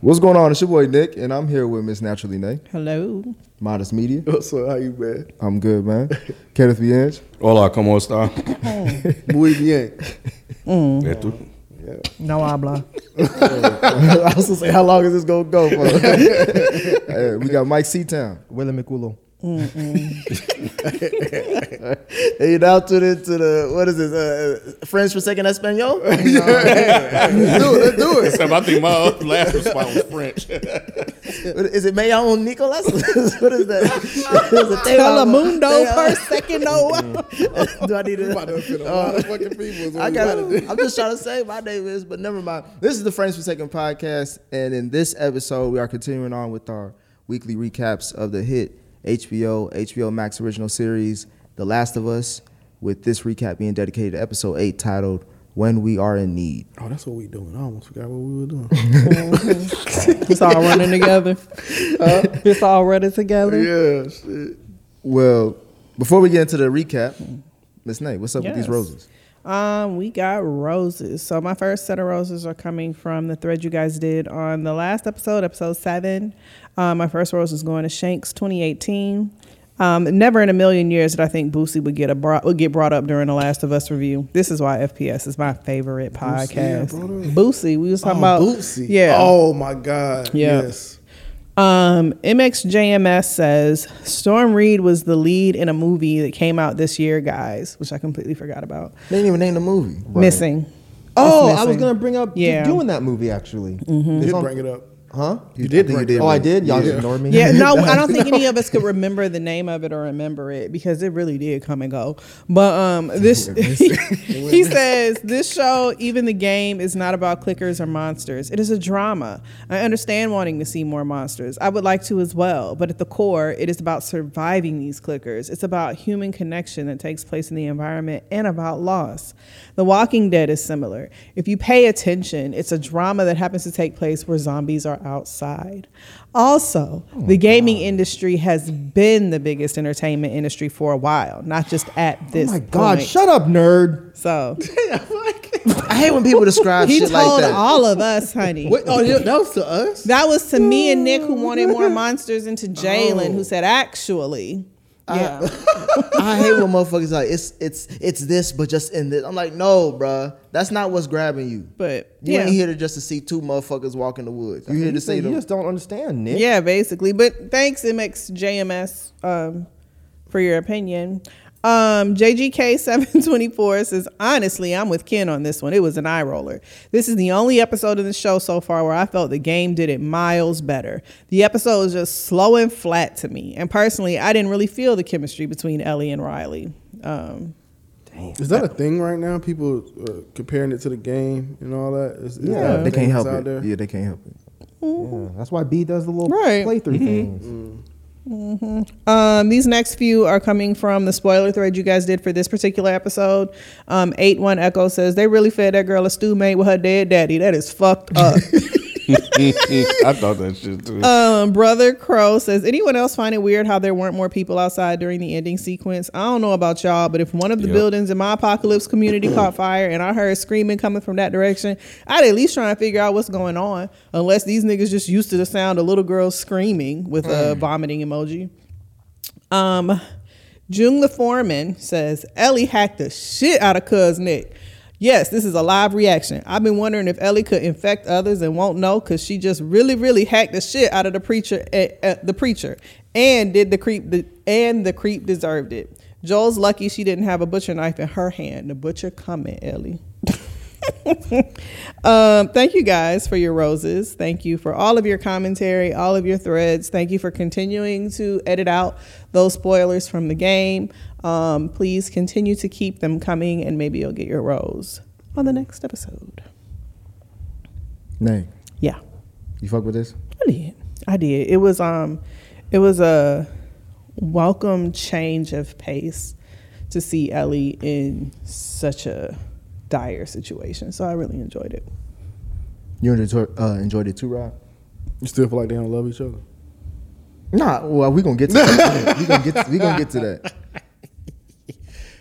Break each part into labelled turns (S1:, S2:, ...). S1: What's going on? It's your boy Nick, and I'm here with Miss Naturally Nay,
S2: Hello.
S1: Modest Media.
S3: So how you been?
S1: I'm good, man. Kenneth Vienge.
S4: Hola, ¿cómo está?
S3: Muy bien.
S4: Esto.
S2: No habla.
S1: I was gonna say, how long is this gonna go for? Hey, we got Mike Seatown.
S5: Willie McCullough.
S3: And you now tune into the what is this? Uh, uh, Friends for Second Espanol?
S4: Except I think my uh, last response was French.
S3: is it Mayon Nicolas? what is that? is it Te amo?
S2: Telemundo per second.
S3: Do I need to?
S1: Oh.
S3: Uh, I got it. I'm just trying to say my name is, but never mind.
S1: This is the Frames Per Second podcast, and in this episode, we are continuing on with our weekly recaps of the hit HBO HBO Max original series The Last of Us. With this recap being dedicated to episode eight, titled "When We Are in Need."
S5: Oh, that's what we doing. I almost forgot what we were doing.
S2: It's all running together. It's all running together.
S5: yeah, shit.
S1: Well, before we get into the recap, Miss Nay, what's up with
S2: Yes.
S1: these roses?
S2: Um, we got roses. So my first set of roses are coming from the thread you guys did on the last episode, episode seven. Um, my first rose is going to Shanks 2018. Um, never in a million years did I think Boosie would get a brought would get brought up during the Last of Us review. This is why FPS is my favorite podcast. Boosie, we was talking about
S5: Oh, Bootsy.
S2: Yeah.
S5: Oh my God.
S2: Yeah.
S5: Yes.
S2: Um, MXJMS says Storm Reed was the lead in a movie that came out this year, guys, which I completely forgot about.
S1: They didn't even name the movie.
S2: Missing.
S5: Oh,
S2: It's
S5: I
S2: missing.
S5: was gonna. bring up.
S2: Yeah. Mm-hmm.
S5: doing that movie actually.
S1: It's
S5: Did
S1: on-
S5: bring it up.
S1: Huh? You,
S5: did bring it up.
S1: Oh, I
S5: right?
S1: did. Y'all
S5: Yeah.
S1: just ignored me.
S2: Yeah, no, I don't think any of us could remember the name of it or remember it because it really did come and go. But um, this he says this show, even the game, is not about clickers or monsters. It is a drama. I understand wanting to see more monsters. I would like to as well, but at the core, it is about surviving these clickers. It's about human connection that takes place in the environment and about loss. The Walking Dead is similar. If you pay attention, it's a drama that happens to take place where zombies are outside. Also, the gaming industry has been the biggest entertainment industry for a while, not just at this
S5: Oh my God!
S2: point.
S5: Shut up, nerd.
S2: so
S1: I hate when people describe
S2: he
S1: shit
S2: told
S1: like that.
S2: all of us, honey.
S5: Wait, oh, yeah, that was to us.
S2: That was to me and Nick who wanted more monsters into Jalen, who said, actually. Yeah.
S3: I hate when motherfuckers like it's it's it's this, but just in this. I'm like, no, bruh, that's not what's grabbing you.
S2: but
S3: You
S2: yeah.
S3: ain't here to just to see two motherfuckers walk in the woods. You here to see
S5: you
S3: them.
S5: just don't understand, Nick.
S2: Yeah, basically. But thanks, MXJMS, um, for your opinion. Um, JGK724 says, honestly, I'm with Ken on this one. It was an eye roller. This is the only episode of the show so far where I felt the game did it miles better. The episode was just slow and flat to me. And personally, I didn't really feel the chemistry between Ellie and Riley. Um,
S5: Is that a thing right now? People uh, comparing it to the game and all that. Is, is that
S1: Yeah,
S5: a
S1: they
S5: thing
S1: can't
S5: that's
S1: help
S5: out
S1: it.
S5: there?
S1: Yeah, they can't help it.
S5: Yeah, that's why B does the little
S2: Mm-hmm. Right. Mm-hmm.
S5: playthrough things.
S2: Um, these next few are coming from the spoiler thread you guys did for this particular episode. Um, 8 1 Echo says, They really fed that girl a stew made with her dead daddy. That is fucked up.
S4: I thought that shit too.
S2: um, Brother Crow says, Anyone else find it weird how there weren't more people outside during the ending sequence? I don't know about y'all, but if one of the buildings in my apocalypse community caught fire and I heard screaming coming from that direction, I'd at least try and figure out what's going on, unless these niggas just used to the sound of little girls screaming with a vomiting emoji. Um, June the foreman says Ellie hacked the shit out of Cuz Nick. Yes, this is a live reaction. I've been wondering if Ellie could infect others and won't know because she just really, really hacked the shit out of the preacher, eh, eh, the preacher, and did the creep, the, and the creep deserved it. Joel's lucky she didn't have a butcher knife in her hand. The butcher coming, Ellie. Um, thank you guys for your roses. Thank you for all of your commentary, all of your threads. Thank you for continuing to edit out those spoilers from the game. Um, please continue to keep them coming, and maybe you'll get your rose on the next episode.
S1: Nay,
S2: Yeah,
S1: you fuck with this?
S2: I did. I did. It was um, it was a welcome change of pace to see Ellie in such a dire situation. So I really enjoyed it.
S1: You enjoyed, uh, enjoyed it too, Rob?
S5: You still feel like they don't love each other?
S1: Nah, well, we gonna get to that. we gonna get to, we gonna get to that.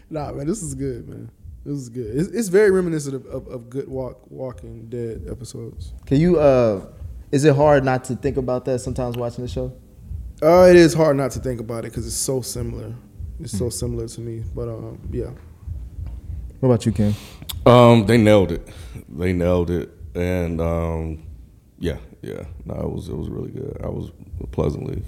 S5: Nah, man, this is good, man. This is good. It's, it's very reminiscent of, of, of good walk Walking Dead episodes.
S1: Can you? uh Is it hard not to think about that sometimes watching the show?
S5: Uh, it is hard not to think about it because it's so similar. It's so similar to me, but um, yeah.
S1: What about you, Kim?
S4: Um, they nailed it. They nailed it, and um, yeah, yeah. No, it was it was really good. I was pleasantly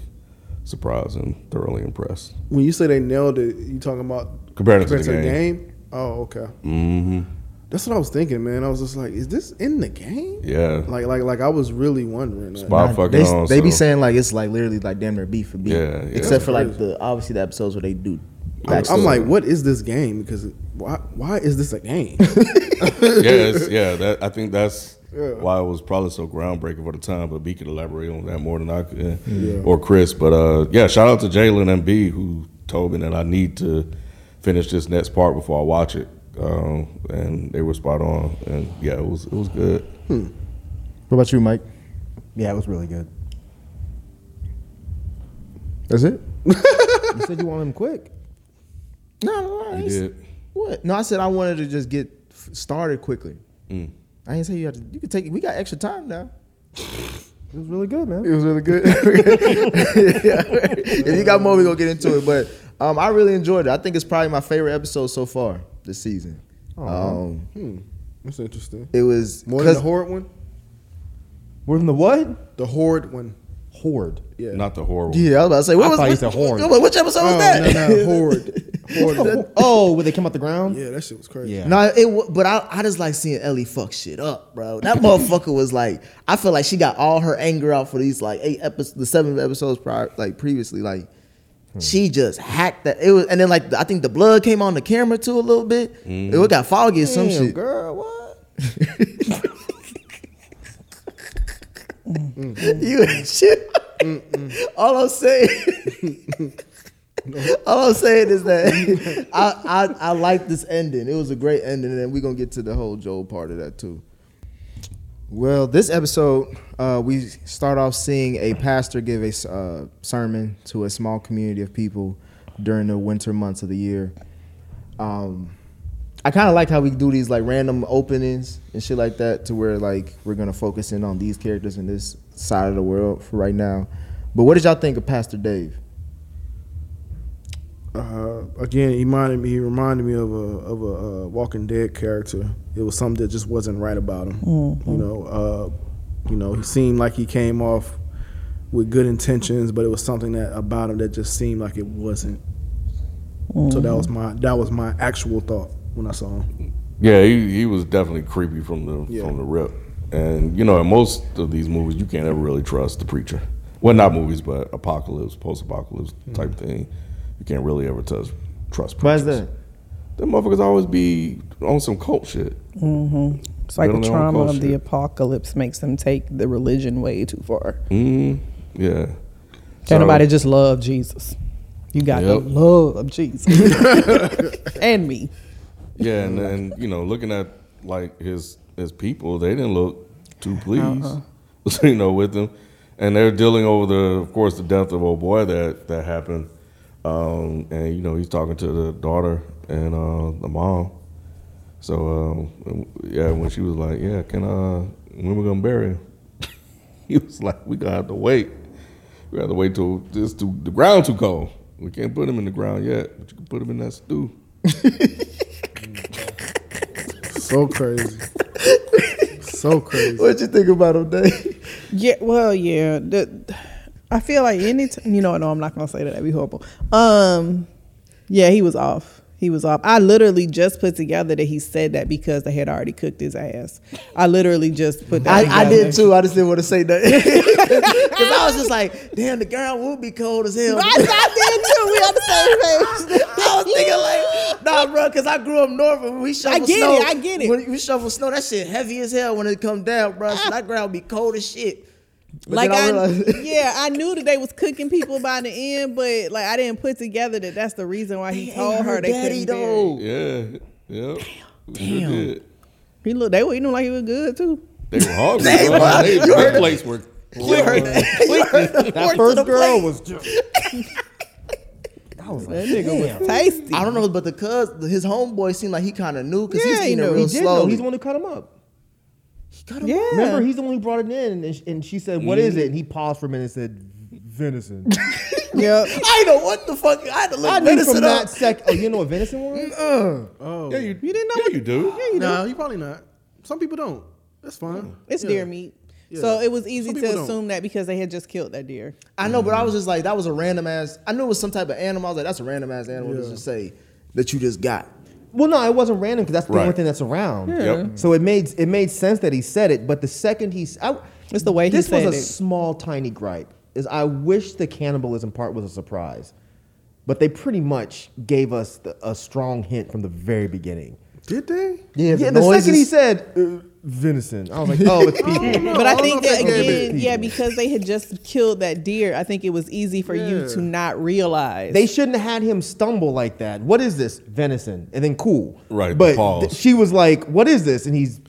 S4: surprised and thoroughly impressed.
S5: When you say they nailed it, you talking about
S4: Compared it to the game.
S5: Oh, okay.
S4: Mm-hmm.
S5: That's what I was thinking, man. I was just like, is this in the game?
S4: Yeah.
S5: Like, like, like I was really wondering. Like,
S4: Spot fucking
S1: they,
S4: on.
S1: they be
S4: so-
S1: saying like it's like literally like damn near beat for beat.
S4: Yeah, yeah.
S1: Except for like the obviously the episodes where they do.
S5: I'm,
S1: backstory.
S5: I'm like, what is this game? Because it- why, why is this a game?
S4: yeah, it's, yeah. That, I think that's
S5: Yeah.
S4: why it was probably so groundbreaking for the time. But B could elaborate on that more than I could, eh, or Chris. But uh, yeah, shout out to Jalen and B who told me that I need to finish this next part before I watch it, um, and they were spot on. And yeah, it was it was good.
S1: What about you, Mike?
S6: Yeah, it was really good.
S1: That's it.
S3: You said you want him quick.
S1: No, no, no.
S4: You
S1: I ain't s-
S4: did.
S1: What? No, I said I wanted to just get f- started quickly.
S4: Mm.
S1: I didn't say you had to. You could take. We got extra time now.
S6: It was really good, man.
S1: It was really good. If you got more, we gonna get into it. But um, I really enjoyed it. I think it's probably my favorite episode so far this season.
S6: Oh,
S1: Um,
S5: That's interesting.
S1: it was
S5: More than the
S1: 'cause-
S5: horde one.
S6: More than the what?
S5: The horde one.
S6: Horde.
S5: Yeah.
S4: Not the horrible.
S1: Yeah, I was about to say. What
S6: I
S1: was,
S6: thought you
S1: what-
S6: said horn.
S1: what- Which episode was
S5: Oh,
S1: that?
S5: No, no, horde. horde.
S6: Oh, where they came out the ground?
S5: Yeah, that shit was crazy.
S6: Yeah.
S3: No, it. wa- But I, I just like seeing Ellie fuck shit up, bro. That motherfucker was like, I feel like she got all her anger out for these like eight episodes, the seven episodes prior, like previously, like. She just hacked that. It was, and then like I think the blood came on the camera too a little bit. It got foggy or some shit.
S1: Girl, what?
S3: You ain't shit. All I'm saying. All I'm saying is that I, I I like this ending. It was a great ending, and we're gonna get to the whole Joel part of that too.
S1: Well, this episode, uh, we start off seeing a pastor give a s- uh, sermon to a small community of people during the winter months of the year. Um, I kind of like how we do these like random openings and shit like that, to where like we're gonna focus in on these characters in this side of the world for right now. But what did y'all think of Pastor Dave?
S5: Uh, again, he reminded me. He reminded me of a of a uh, Walking Dead character. It was something that just wasn't right about him. You know, uh, you know, he seemed like he came off with good intentions, but it was something that about him that just seemed like it wasn't. So that was my that was my actual thought when I saw him.
S4: Yeah, he, he was definitely creepy from the from the rip. And you know, in most of these movies, you can't ever really trust the preacher. Well, not movies, but apocalypse, post-apocalypse type thing. You can't really ever trust trust. Preachers.
S1: Mm-hmm. Why is that?
S4: Them motherfuckers always be on some cult shit.
S2: It's like the
S4: Building their own
S2: trauma of the
S4: culture.
S2: apocalypse makes them take the religion way too far.
S4: Mm, yeah. So-
S2: Can't nobody just love Jesus. You got
S4: Yep.
S2: to love Jesus and me.
S4: Yeah, and then you know, looking at like his his people, they didn't look too pleased, you know, with him, and they're dealing over the, of course, the death of old boy that that happened, um, and you know, he's talking to the daughter and uh, the mom. So um, yeah, when she was like, "Yeah, can uh, when we gonna bury him?" he was like, "We gonna have to wait. We have to wait till this too, the ground too cold. We can't put him in the ground yet, but you can put him in that stew."
S5: So crazy. so crazy.
S1: What you think about him, Dave?
S2: Yeah, well, yeah. The, I feel like any time, you know, no, I'm not going to say that. That'd be horrible. Um, Yeah, he was off. He was off. I literally just put together that he said that because they had already cooked his ass. I literally just put that.
S3: I, I
S2: together.
S3: did too. I just didn't want to say nothing because I was just like, "Damn, the ground will be cold as hell."
S2: Right, I did too. We on the same page.
S3: I was thinking like, nah, bro, because I grew up north and when we shovel
S2: get
S3: snow.
S2: it, I get it.
S3: When we shovel snow, that shit heavy as hell when it come down, bro. So that ground be cold as shit. But
S2: like
S3: then
S2: I,
S3: realized-
S2: yeah, I knew that they was cooking people by the end, but like I didn't put together that that's the reason why he
S3: They
S2: told
S3: ain't
S2: her
S3: her
S2: they
S3: daddy,
S2: couldn't bury. it.
S3: though.
S4: Yeah. Yep. Damn.
S2: He looked, they were eating like he was good too.
S4: They were hungry. they, bro. They, their plates were clicking.
S6: That first girl was just. I was like, nigga was.
S2: Tasty.
S3: I don't know, but the cuz his homeboy seemed like he kind of knew because
S2: Yeah,
S3: he's
S2: he
S3: eating
S2: knew.
S3: it
S2: He
S3: real
S6: He did know.
S3: slow.
S6: He's the one who cut him up.
S2: Yeah.
S6: Remember, he's the one who brought it in, and, sh- and she said, "What is it?" And he paused for a minute and said, "Venison."
S2: Yep.
S3: I know what the fuck. I had to
S6: I
S3: look
S6: knew
S3: medicine
S6: from
S3: up.
S6: that sec. Oh, you didn't know what venison was?
S4: Yeah, you, you didn't know yeah, you do.
S5: No, you probably not. Some people don't. That's fine.
S2: It's
S5: Yeah.
S2: deer meat. So it was easy
S5: Some
S2: to
S5: people don't.
S2: assume that because they had just killed that deer.
S3: I know, but I was just like, that was a random ass. I knew it was some type of animal. I was like, that's a random ass animal to
S5: Yeah.
S3: just say that you just got.
S6: Well, no, it wasn't random because that's the
S4: Right.
S6: only thing that's around.
S4: Yep.
S6: So it made it made sense that he said it, but the second he, s- I,
S2: It's the way he
S6: this
S2: said
S6: was a
S2: it.
S6: small, tiny gripe. Is I wish the cannibalism part was a surprise, but they pretty much gave us the, a strong hint from the very beginning.
S5: Did they?
S6: Yeah, the, second he said uh, venison, I was like, oh, it's people.
S2: But I
S5: don't
S2: think
S5: know if
S2: that
S5: they gave it
S2: again, yeah, because they had just killed that deer, I think it was easy for you to not realize.
S6: They shouldn't have had him stumble like that. What is this venison? And then cool,
S4: Right,
S6: But
S4: pause.
S6: th- she was like, "What is this?" And he's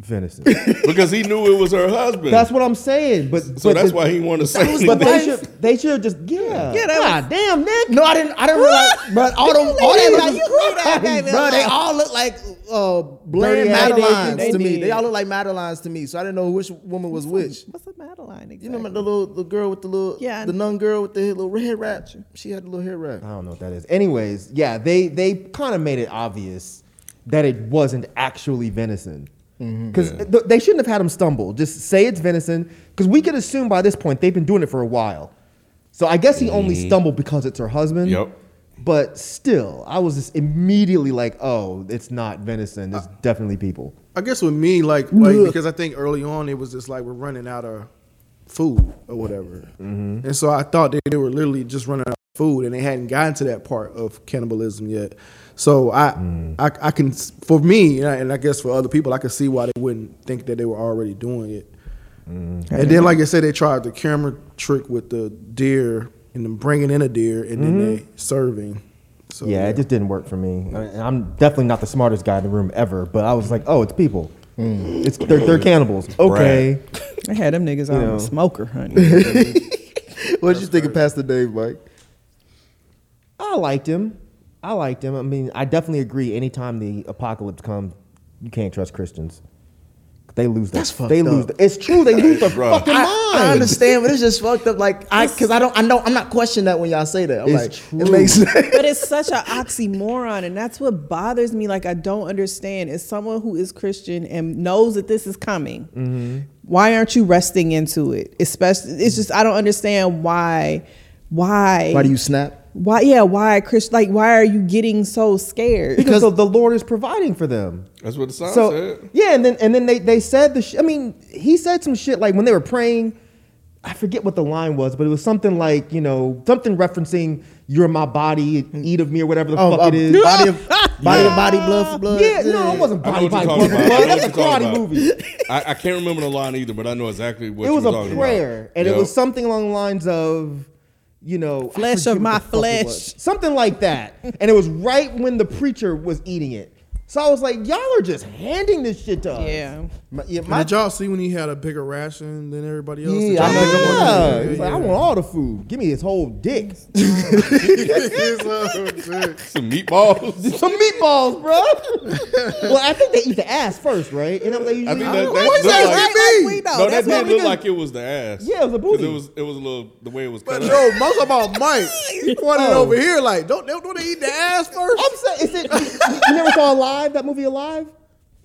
S6: venison.
S4: Because he knew it was her husband.
S6: that's what I'm saying. But
S4: so
S6: but
S4: that's
S6: the-
S4: why he wanted to say
S6: But they
S4: anything.
S6: should, they should have just yeah.
S2: Yeah, that
S3: Ah,
S6: God damn, Nick.
S3: No, I didn't. I didn't realize. But all them, all
S2: leave
S3: they
S2: that- you leave that baby
S3: bro. They
S2: alone.
S3: all look like uh, bland
S6: Dirty ass
S3: Madelines
S2: they
S3: to me.
S2: did.
S3: They all look like Madelines to me. So I didn't know which woman was which.
S2: What's a Madeline? Exactly?
S3: You know the little the girl with the little
S2: Yeah, I
S3: the
S2: know.
S3: nun girl with the little red wrap. She had the little hair wrap.
S6: I don't know what that is. Anyways, yeah, they they kind of made it obvious that it wasn't actually venison. Because th- they shouldn't have had him stumble. Just say it's venison. Because we could assume by this point they've been doing it for a while. So I guess he only stumbled because it's her husband.
S4: Yep.
S6: But still, I was just immediately like, oh, it's not venison. It's definitely people.
S5: I guess with me, like, like because I think early on it was just like we're running out of food or whatever,
S6: Mm-hmm.
S5: and so I thought that they were literally just running out of food and they hadn't gotten to that part of cannibalism yet. So I,
S6: Mm.
S5: I, I can for me and I, and I guess for other people, I could see why they wouldn't think that they were already doing it.
S6: Mm-hmm.
S5: And then, like I said, they tried the camera trick with the deer and then bringing in a deer and then they serving. So
S6: Mm-hmm. yeah, it just didn't work for me. I mean, I'm definitely not the smartest guy in the room ever, but I was like, oh, it's people. It's they're, they're cannibals. Okay.
S2: I had them niggas on a smoker, honey.
S3: What did you think of Pastor Dave, Mike?
S6: I liked him. I liked him. I mean, I definitely agree. Anytime the apocalypse comes, you can't trust Christians. They lose. That's
S3: fucked
S6: They lose.
S3: up.
S6: The, it's true. They lose the
S4: Bruh.
S6: fucking
S3: I, I
S6: mind.
S3: understand, but it's just fucked up. Like I, because I don't, I know, I'm not questioning that when y'all say that. I'm
S6: It's
S3: like,
S6: true.
S3: it makes sense.
S2: but it's such an oxymoron, and that's what bothers me. Like I don't understand. As someone who is Christian and knows that this is coming, why aren't you resting into it? Especially, it's just I don't understand why. Why?
S3: Why do you snap?
S2: Why? Yeah. Why, Chris? Like, why are you getting so scared?
S6: because the, the Lord is providing for them.
S4: That's what the sign
S6: so
S4: said.
S6: yeah, and then and then they they said the. Sh- I mean, he said some shit like when they were praying. I forget what the line was, but it was something like you know something referencing "You're my body, eat of me" or whatever the fuck
S3: uh,
S6: it is.
S3: Body, of, body to body, blood for blood.
S6: Yeah, no, it wasn't
S4: I know what
S6: body, body,
S4: you're
S6: blood,
S4: talking about. I
S6: blood.
S4: know
S6: That's a
S4: what you're talking
S6: karate
S4: about.
S6: movie.
S4: I, I can't remember the line either, but I know exactly what
S6: it
S4: you
S6: was
S4: were
S6: a
S4: talking
S6: prayer,
S4: about.
S6: and
S4: Yep.
S6: it was something along the lines of, you know, I
S2: Flesh of
S6: forget what
S2: my
S6: the fuck it
S2: flesh.
S6: was. something like that. and it was right when the preacher was eating it. So I was like, y'all are just handing this shit to us.
S2: yeah.
S3: My- yeah,
S5: And
S3: my-
S5: did y'all see when he had a bigger ration than everybody else?
S3: Yeah,
S5: Did y'all
S3: I know
S5: see that?
S6: Yeah.
S5: Yeah,
S6: He's like, I
S5: yeah.
S6: want all the food. Give me his whole dick.
S4: some meatballs.
S6: Some meatballs, bro. well, I think they eat the ass first, right? And I was like,
S4: I mean,
S6: I
S4: that,
S6: don't-
S4: that
S6: what is
S4: looked
S6: that?
S4: like-
S6: Right?
S2: Like we know.
S4: No,
S2: That's
S4: that did
S2: what we
S4: look
S2: do.
S4: like it was the ass.
S6: Yeah, it was a
S4: 'Cause
S6: booty.
S4: It was it was a little the way it was
S5: But
S4: cut. up.
S5: yo, most about Mike. He pointed over here like, don't they don't they eat the ass first?
S6: I'm saying, is it? You, you never saw Alive? That movie, Alive?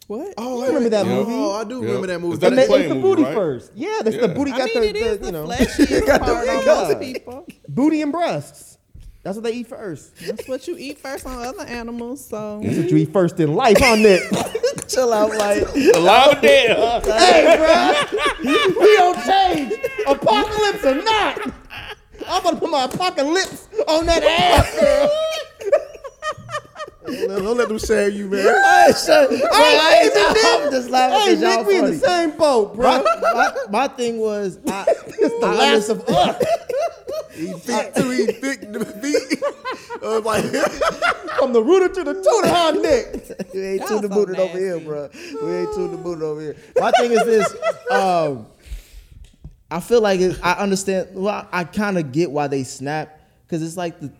S2: What?
S5: oh,
S6: I remember that movie.
S5: Oh, I do
S4: Yep.
S5: remember that movie.
S4: Is that
S6: And they
S4: Play
S6: ate the
S4: movie,
S6: booty
S4: right?
S6: first. Yeah, that's the
S4: Yeah.
S6: booty
S2: I
S6: got
S2: mean,
S6: the,
S2: it is
S6: the,
S2: the
S6: you know.
S2: fleshiest part on
S6: Yeah.
S2: most people.
S6: booty and breasts. That's what they eat first.
S2: That's what you eat first on other animals. So
S6: That's what you eat first in life, on that.
S3: Chill out, like
S4: Alive or dead? huh?
S6: we don't change, apocalypse or not. I'm gonna put my apocalypse on that ass, girl.
S5: Don't don't let them share you, man.
S3: Hey, shut- bro, I ain't
S6: Nick,
S3: even- I'm just laughing
S6: Hey,
S3: 'cause y'all
S6: Nick, we in the
S3: funny.
S6: same boat, bro.
S3: My, my- my thing was, I,
S6: It's the
S3: I
S6: last of us.
S5: Thick to eat, thick to feet. Uh, like,
S6: From the rooter to the tutor, huh, Nick?
S3: we ain't
S2: Y'all
S3: tuned the
S2: so
S3: booted over here, bro. We ain't tuned the booted over here. My thing is this. Um, I feel like it, I understand. Well, I, kind of get why they snap because it's like the.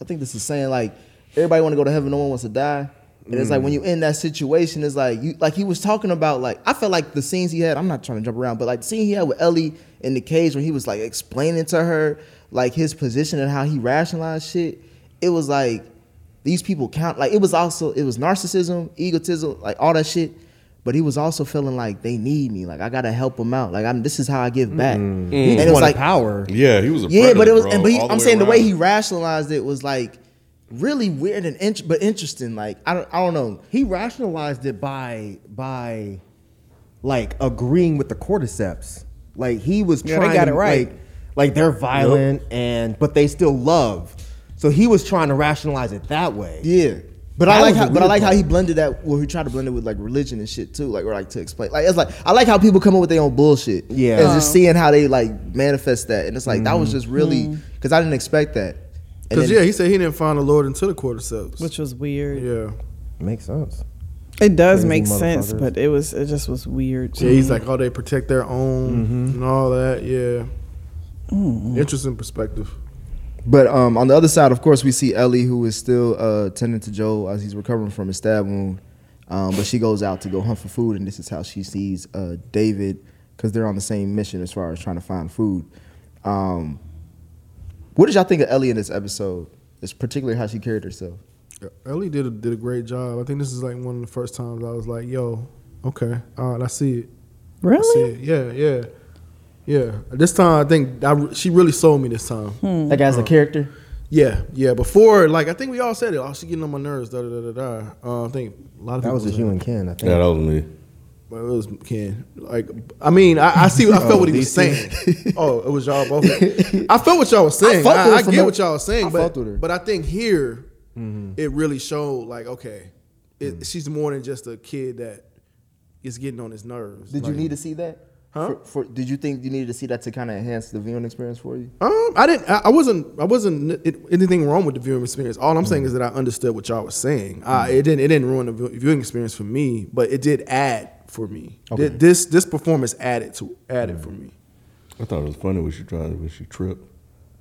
S3: I think this is saying like everybody want to go to heaven, no one wants to die. And it's like when you
S2: Mm.
S3: in that situation, it's like you like he was talking about like I felt like the scenes he had. I'm not trying to jump around, but like the scene he had with Ellie in the cage where he was like explaining to her like his position and how he rationalized shit. It was like these people count like it was also it was narcissism, egotism, like all that shit. But he was also feeling like they need me, like I gotta help them out, like I'm. This is how I give back. And it was like
S6: power.
S4: Yeah, he was a
S3: yeah, but
S4: predator,
S3: it was.
S4: bro,
S3: and, but he,
S4: all
S3: I'm saying the way
S4: around.
S3: he rationalized it was like really weird and int- but interesting. Like I don't, I don't know.
S6: He rationalized it by by like agreeing with the cordyceps. Like he was
S2: Yeah, they
S6: trying
S2: got
S6: to,
S2: it right.
S6: Like, like they're violent and but they still love. So he was trying to rationalize it that way.
S3: Yeah, but
S6: That
S3: I like
S6: was
S3: how,
S6: the
S3: but I
S6: weird
S3: like how
S6: part.
S3: he blended that. Well, he tried to blend it with like religion and shit too. Like or like to explain. Like it's like I like how people come up with their own bullshit.
S6: Yeah. Mm-hmm.
S3: and just seeing how they like manifest that, and it's like that was just really because I didn't expect that. And
S5: Because,
S3: then-
S5: yeah, he said he didn't find the Lord until the cordyceps.
S2: which was weird.
S5: yeah.
S6: Makes sense.
S2: It does
S6: Crazy
S2: make sense,
S6: motherfuckers.
S2: but it was it just was weird.
S5: Yeah, he's like, oh, they protect their own and all that. Yeah. Interesting perspective.
S1: But um, on the other side, of course, we see Ellie, who is still uh, tending to Joel as he's recovering from his stab wound. Um, but she goes out to go hunt for food, and this is how she sees uh, David because they're on the same mission as far as trying to find food. Um, what did y'all think of Ellie in this episode? It's particularly how she carried herself.
S5: Ellie did a, did a great job. I think this is like one of the first times I was like, yo, okay, all right, I see it. I see
S2: Really?
S5: it. Yeah, yeah, yeah. This time, I think I, re- she really sold me this time.
S3: that guy's a character.
S5: Yeah, yeah. Before, like, I think we all said it. Oh, she getting on my nerves. Da da da da da. Uh, I think a lot of
S6: That
S5: people
S6: was
S5: said
S6: just you and Ken, I think.
S4: Yeah, that was me.
S5: Well, it was Ken. Like, I mean, I, I see. I felt what he was saying. oh, it was y'all both. I felt what y'all was saying.
S3: fucked
S5: I,
S3: with
S5: I
S3: her from
S5: get
S3: the-
S5: what y'all was saying,
S3: I fucked with her. Mm-hmm.
S5: but but I think here it really showed. Like, okay, it,
S3: Mm.
S5: she's more than just a kid that is getting on his nerves.
S3: Did
S5: Like,
S3: you need to see that?
S5: Huh?
S3: For, for, did you think you needed to see that to kind of enhance the viewing experience for you?
S5: Um, I didn't. I, I wasn't. I wasn't it, anything wrong with the viewing experience. All I'm
S3: Mm.
S5: saying is that I understood what y'all was saying. I, it didn't. It didn't ruin the view- viewing experience for me, but it did add for me. Th- This this performance added to added
S3: Mm.
S5: for me.
S4: I thought it was funny when she tried when she tripped.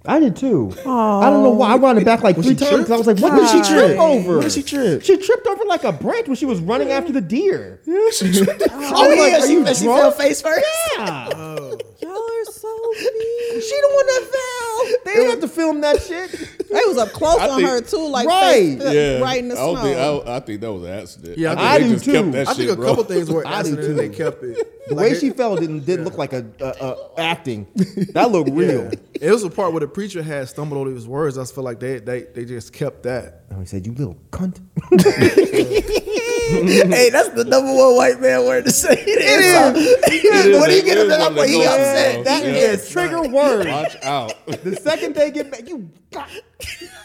S6: I did too. I don't know why. I brought it back like three times. 'cause I was like, what did she trip over? What did she trip? She tripped over like a branch when she was running after the deer. Yeah, she tripped.
S3: Oh, yeah, she- and she fell face first?
S6: Yeah.
S2: Y'all are so mean.
S6: She the one that fell. They didn't have to film that shit.
S2: They was up close
S4: I
S2: on
S4: think-
S2: her too, like
S6: Right.
S2: face, uh, right in the
S4: I don't
S2: snow.
S4: think I, I think that was an accident.
S5: Yeah, I
S4: think
S5: I
S4: they
S6: do
S4: just kept
S6: too.
S4: that
S5: I think
S4: shit,
S5: a
S4: bro.
S5: couple things were
S6: I do
S5: accident. and
S6: too.
S5: They kept it.
S6: The way she fell didn't didn't look like a, a, a acting. That looked real.
S5: Yeah. It was a part where the preacher had stumbled over his words. I just feel like they they they just kept that.
S6: And we said, "You little cunt."
S3: hey, that's the number one white man word to say. It is.
S4: is.
S3: When he
S4: It
S3: get
S4: is
S3: to that
S4: one that
S3: point, he
S4: goes
S3: upset.
S4: down.
S3: That
S6: That
S4: Yeah.
S3: is.
S6: is trigger word.
S4: Watch out.
S6: The second they get back, you got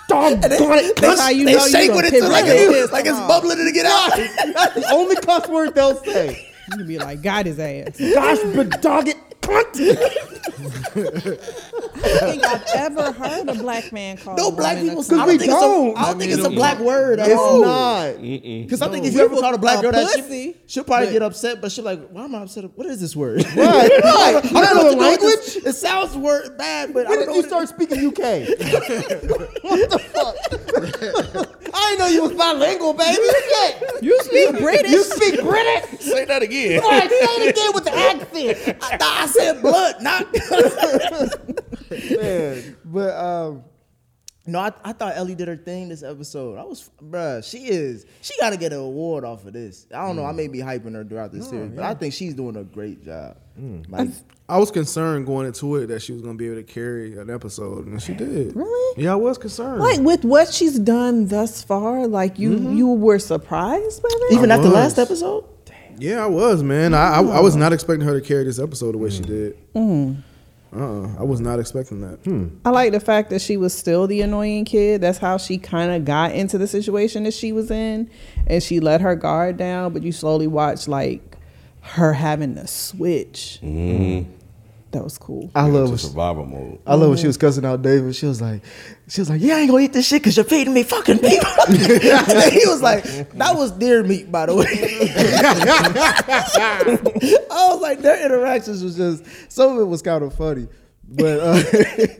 S6: doggone it.
S3: They,
S6: That's
S2: how you
S3: they
S2: know you
S3: shake
S2: done
S3: with it
S2: pissed
S3: too, like
S2: them
S3: it's,
S2: off.
S3: like it's bubbling to get out.
S6: That's the only cuss word they'll say.
S2: You could be like, got his ass.
S6: Gosh, bedog it, cunt.
S2: I think I've ever heard a black man call
S3: No
S2: a
S3: black
S2: woman a
S3: people.
S2: cunt.
S3: I don't
S6: we
S3: think it's a,
S6: don't.
S3: I don't think it's a
S4: don't.
S3: black word at
S6: It's
S3: all.
S6: not.
S3: Because I think if
S2: We
S3: you ever
S2: were
S3: call a black
S2: a
S3: girl that, she,
S2: pussy.
S3: she'll probably get upset. But she'll like, why am I upset? What is this word? Right.
S6: Right.
S3: I don't know what
S6: You
S3: the
S6: know the
S3: language. It sounds word bad, but I don't
S6: When did
S3: know.
S6: you
S3: What
S6: start speaking UK? what the fuck? I didn't know you was bilingual, baby. Shit.
S2: You speak British.
S6: You speak British?
S4: Say that again.
S6: All right, say it again with the accent.
S3: it, I, thought I said blood, not.
S5: But um,
S3: No, I, I thought Ellie did her thing this episode. I was, bruh, she is. She got to get an award off of this. I don't know. I may be hyping her throughout this series, but I think she's doing a great job.
S4: Mm.
S3: Like,
S5: I was concerned going into it that she was going to be able to carry an episode, and she did.
S2: Really?
S5: Yeah, I was concerned.
S2: Like with what she's done thus far, like you you were surprised by that.
S3: Mm-hmm. even
S5: I
S3: after
S5: was.
S3: last episode,
S5: Yeah, I was, man. I, I I
S2: Oh.
S5: was not expecting her to carry this episode the way she did.
S2: Mm.
S5: Uh-uh. I was not expecting that.
S2: I like the fact that she was still the annoying kid. That's how she kind of got into the situation that she was in, and she let her guard down. But you slowly watch like her having to switch.
S3: Mm-hmm.
S2: That was cool.
S1: I
S4: Into
S1: love when she-
S4: survival mode.
S1: I love when
S6: Mm-hmm.
S1: she was cussing out David. She was like,
S3: she was like, "Yeah, I ain't gonna eat this shit because you're feeding me fucking people." And he was like, "That was deer meat, by the way."
S1: I was like, their interactions was just some of it was kind of funny, but uh,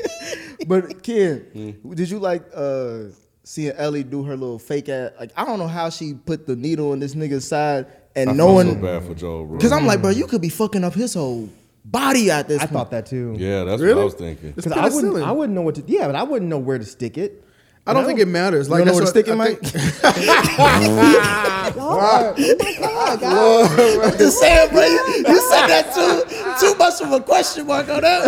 S1: but Ken,
S6: Hmm.
S1: did you like uh, seeing Ellie do her little fake ass? Like, I don't know how she put the needle in this nigga's side and
S4: I
S1: no
S4: feel so
S1: one.
S4: bad for Joel, bro.
S3: Because I'm like, bro, you could be fucking up his whole body at this.
S6: I
S3: point.
S6: thought that too.
S4: yeah, that's what I
S5: Really?
S4: was thinking.
S5: It's
S6: Because I wouldn't,
S5: penicillin.
S6: I wouldn't know what to. Yeah, but I wouldn't know where to stick it.
S5: I don't think it matters. Like
S1: You know
S5: that's
S1: where to
S5: what I
S1: stick it, Mike?
S5: think-
S3: I'm just saying, bro. You you said that too too much of a question mark on that.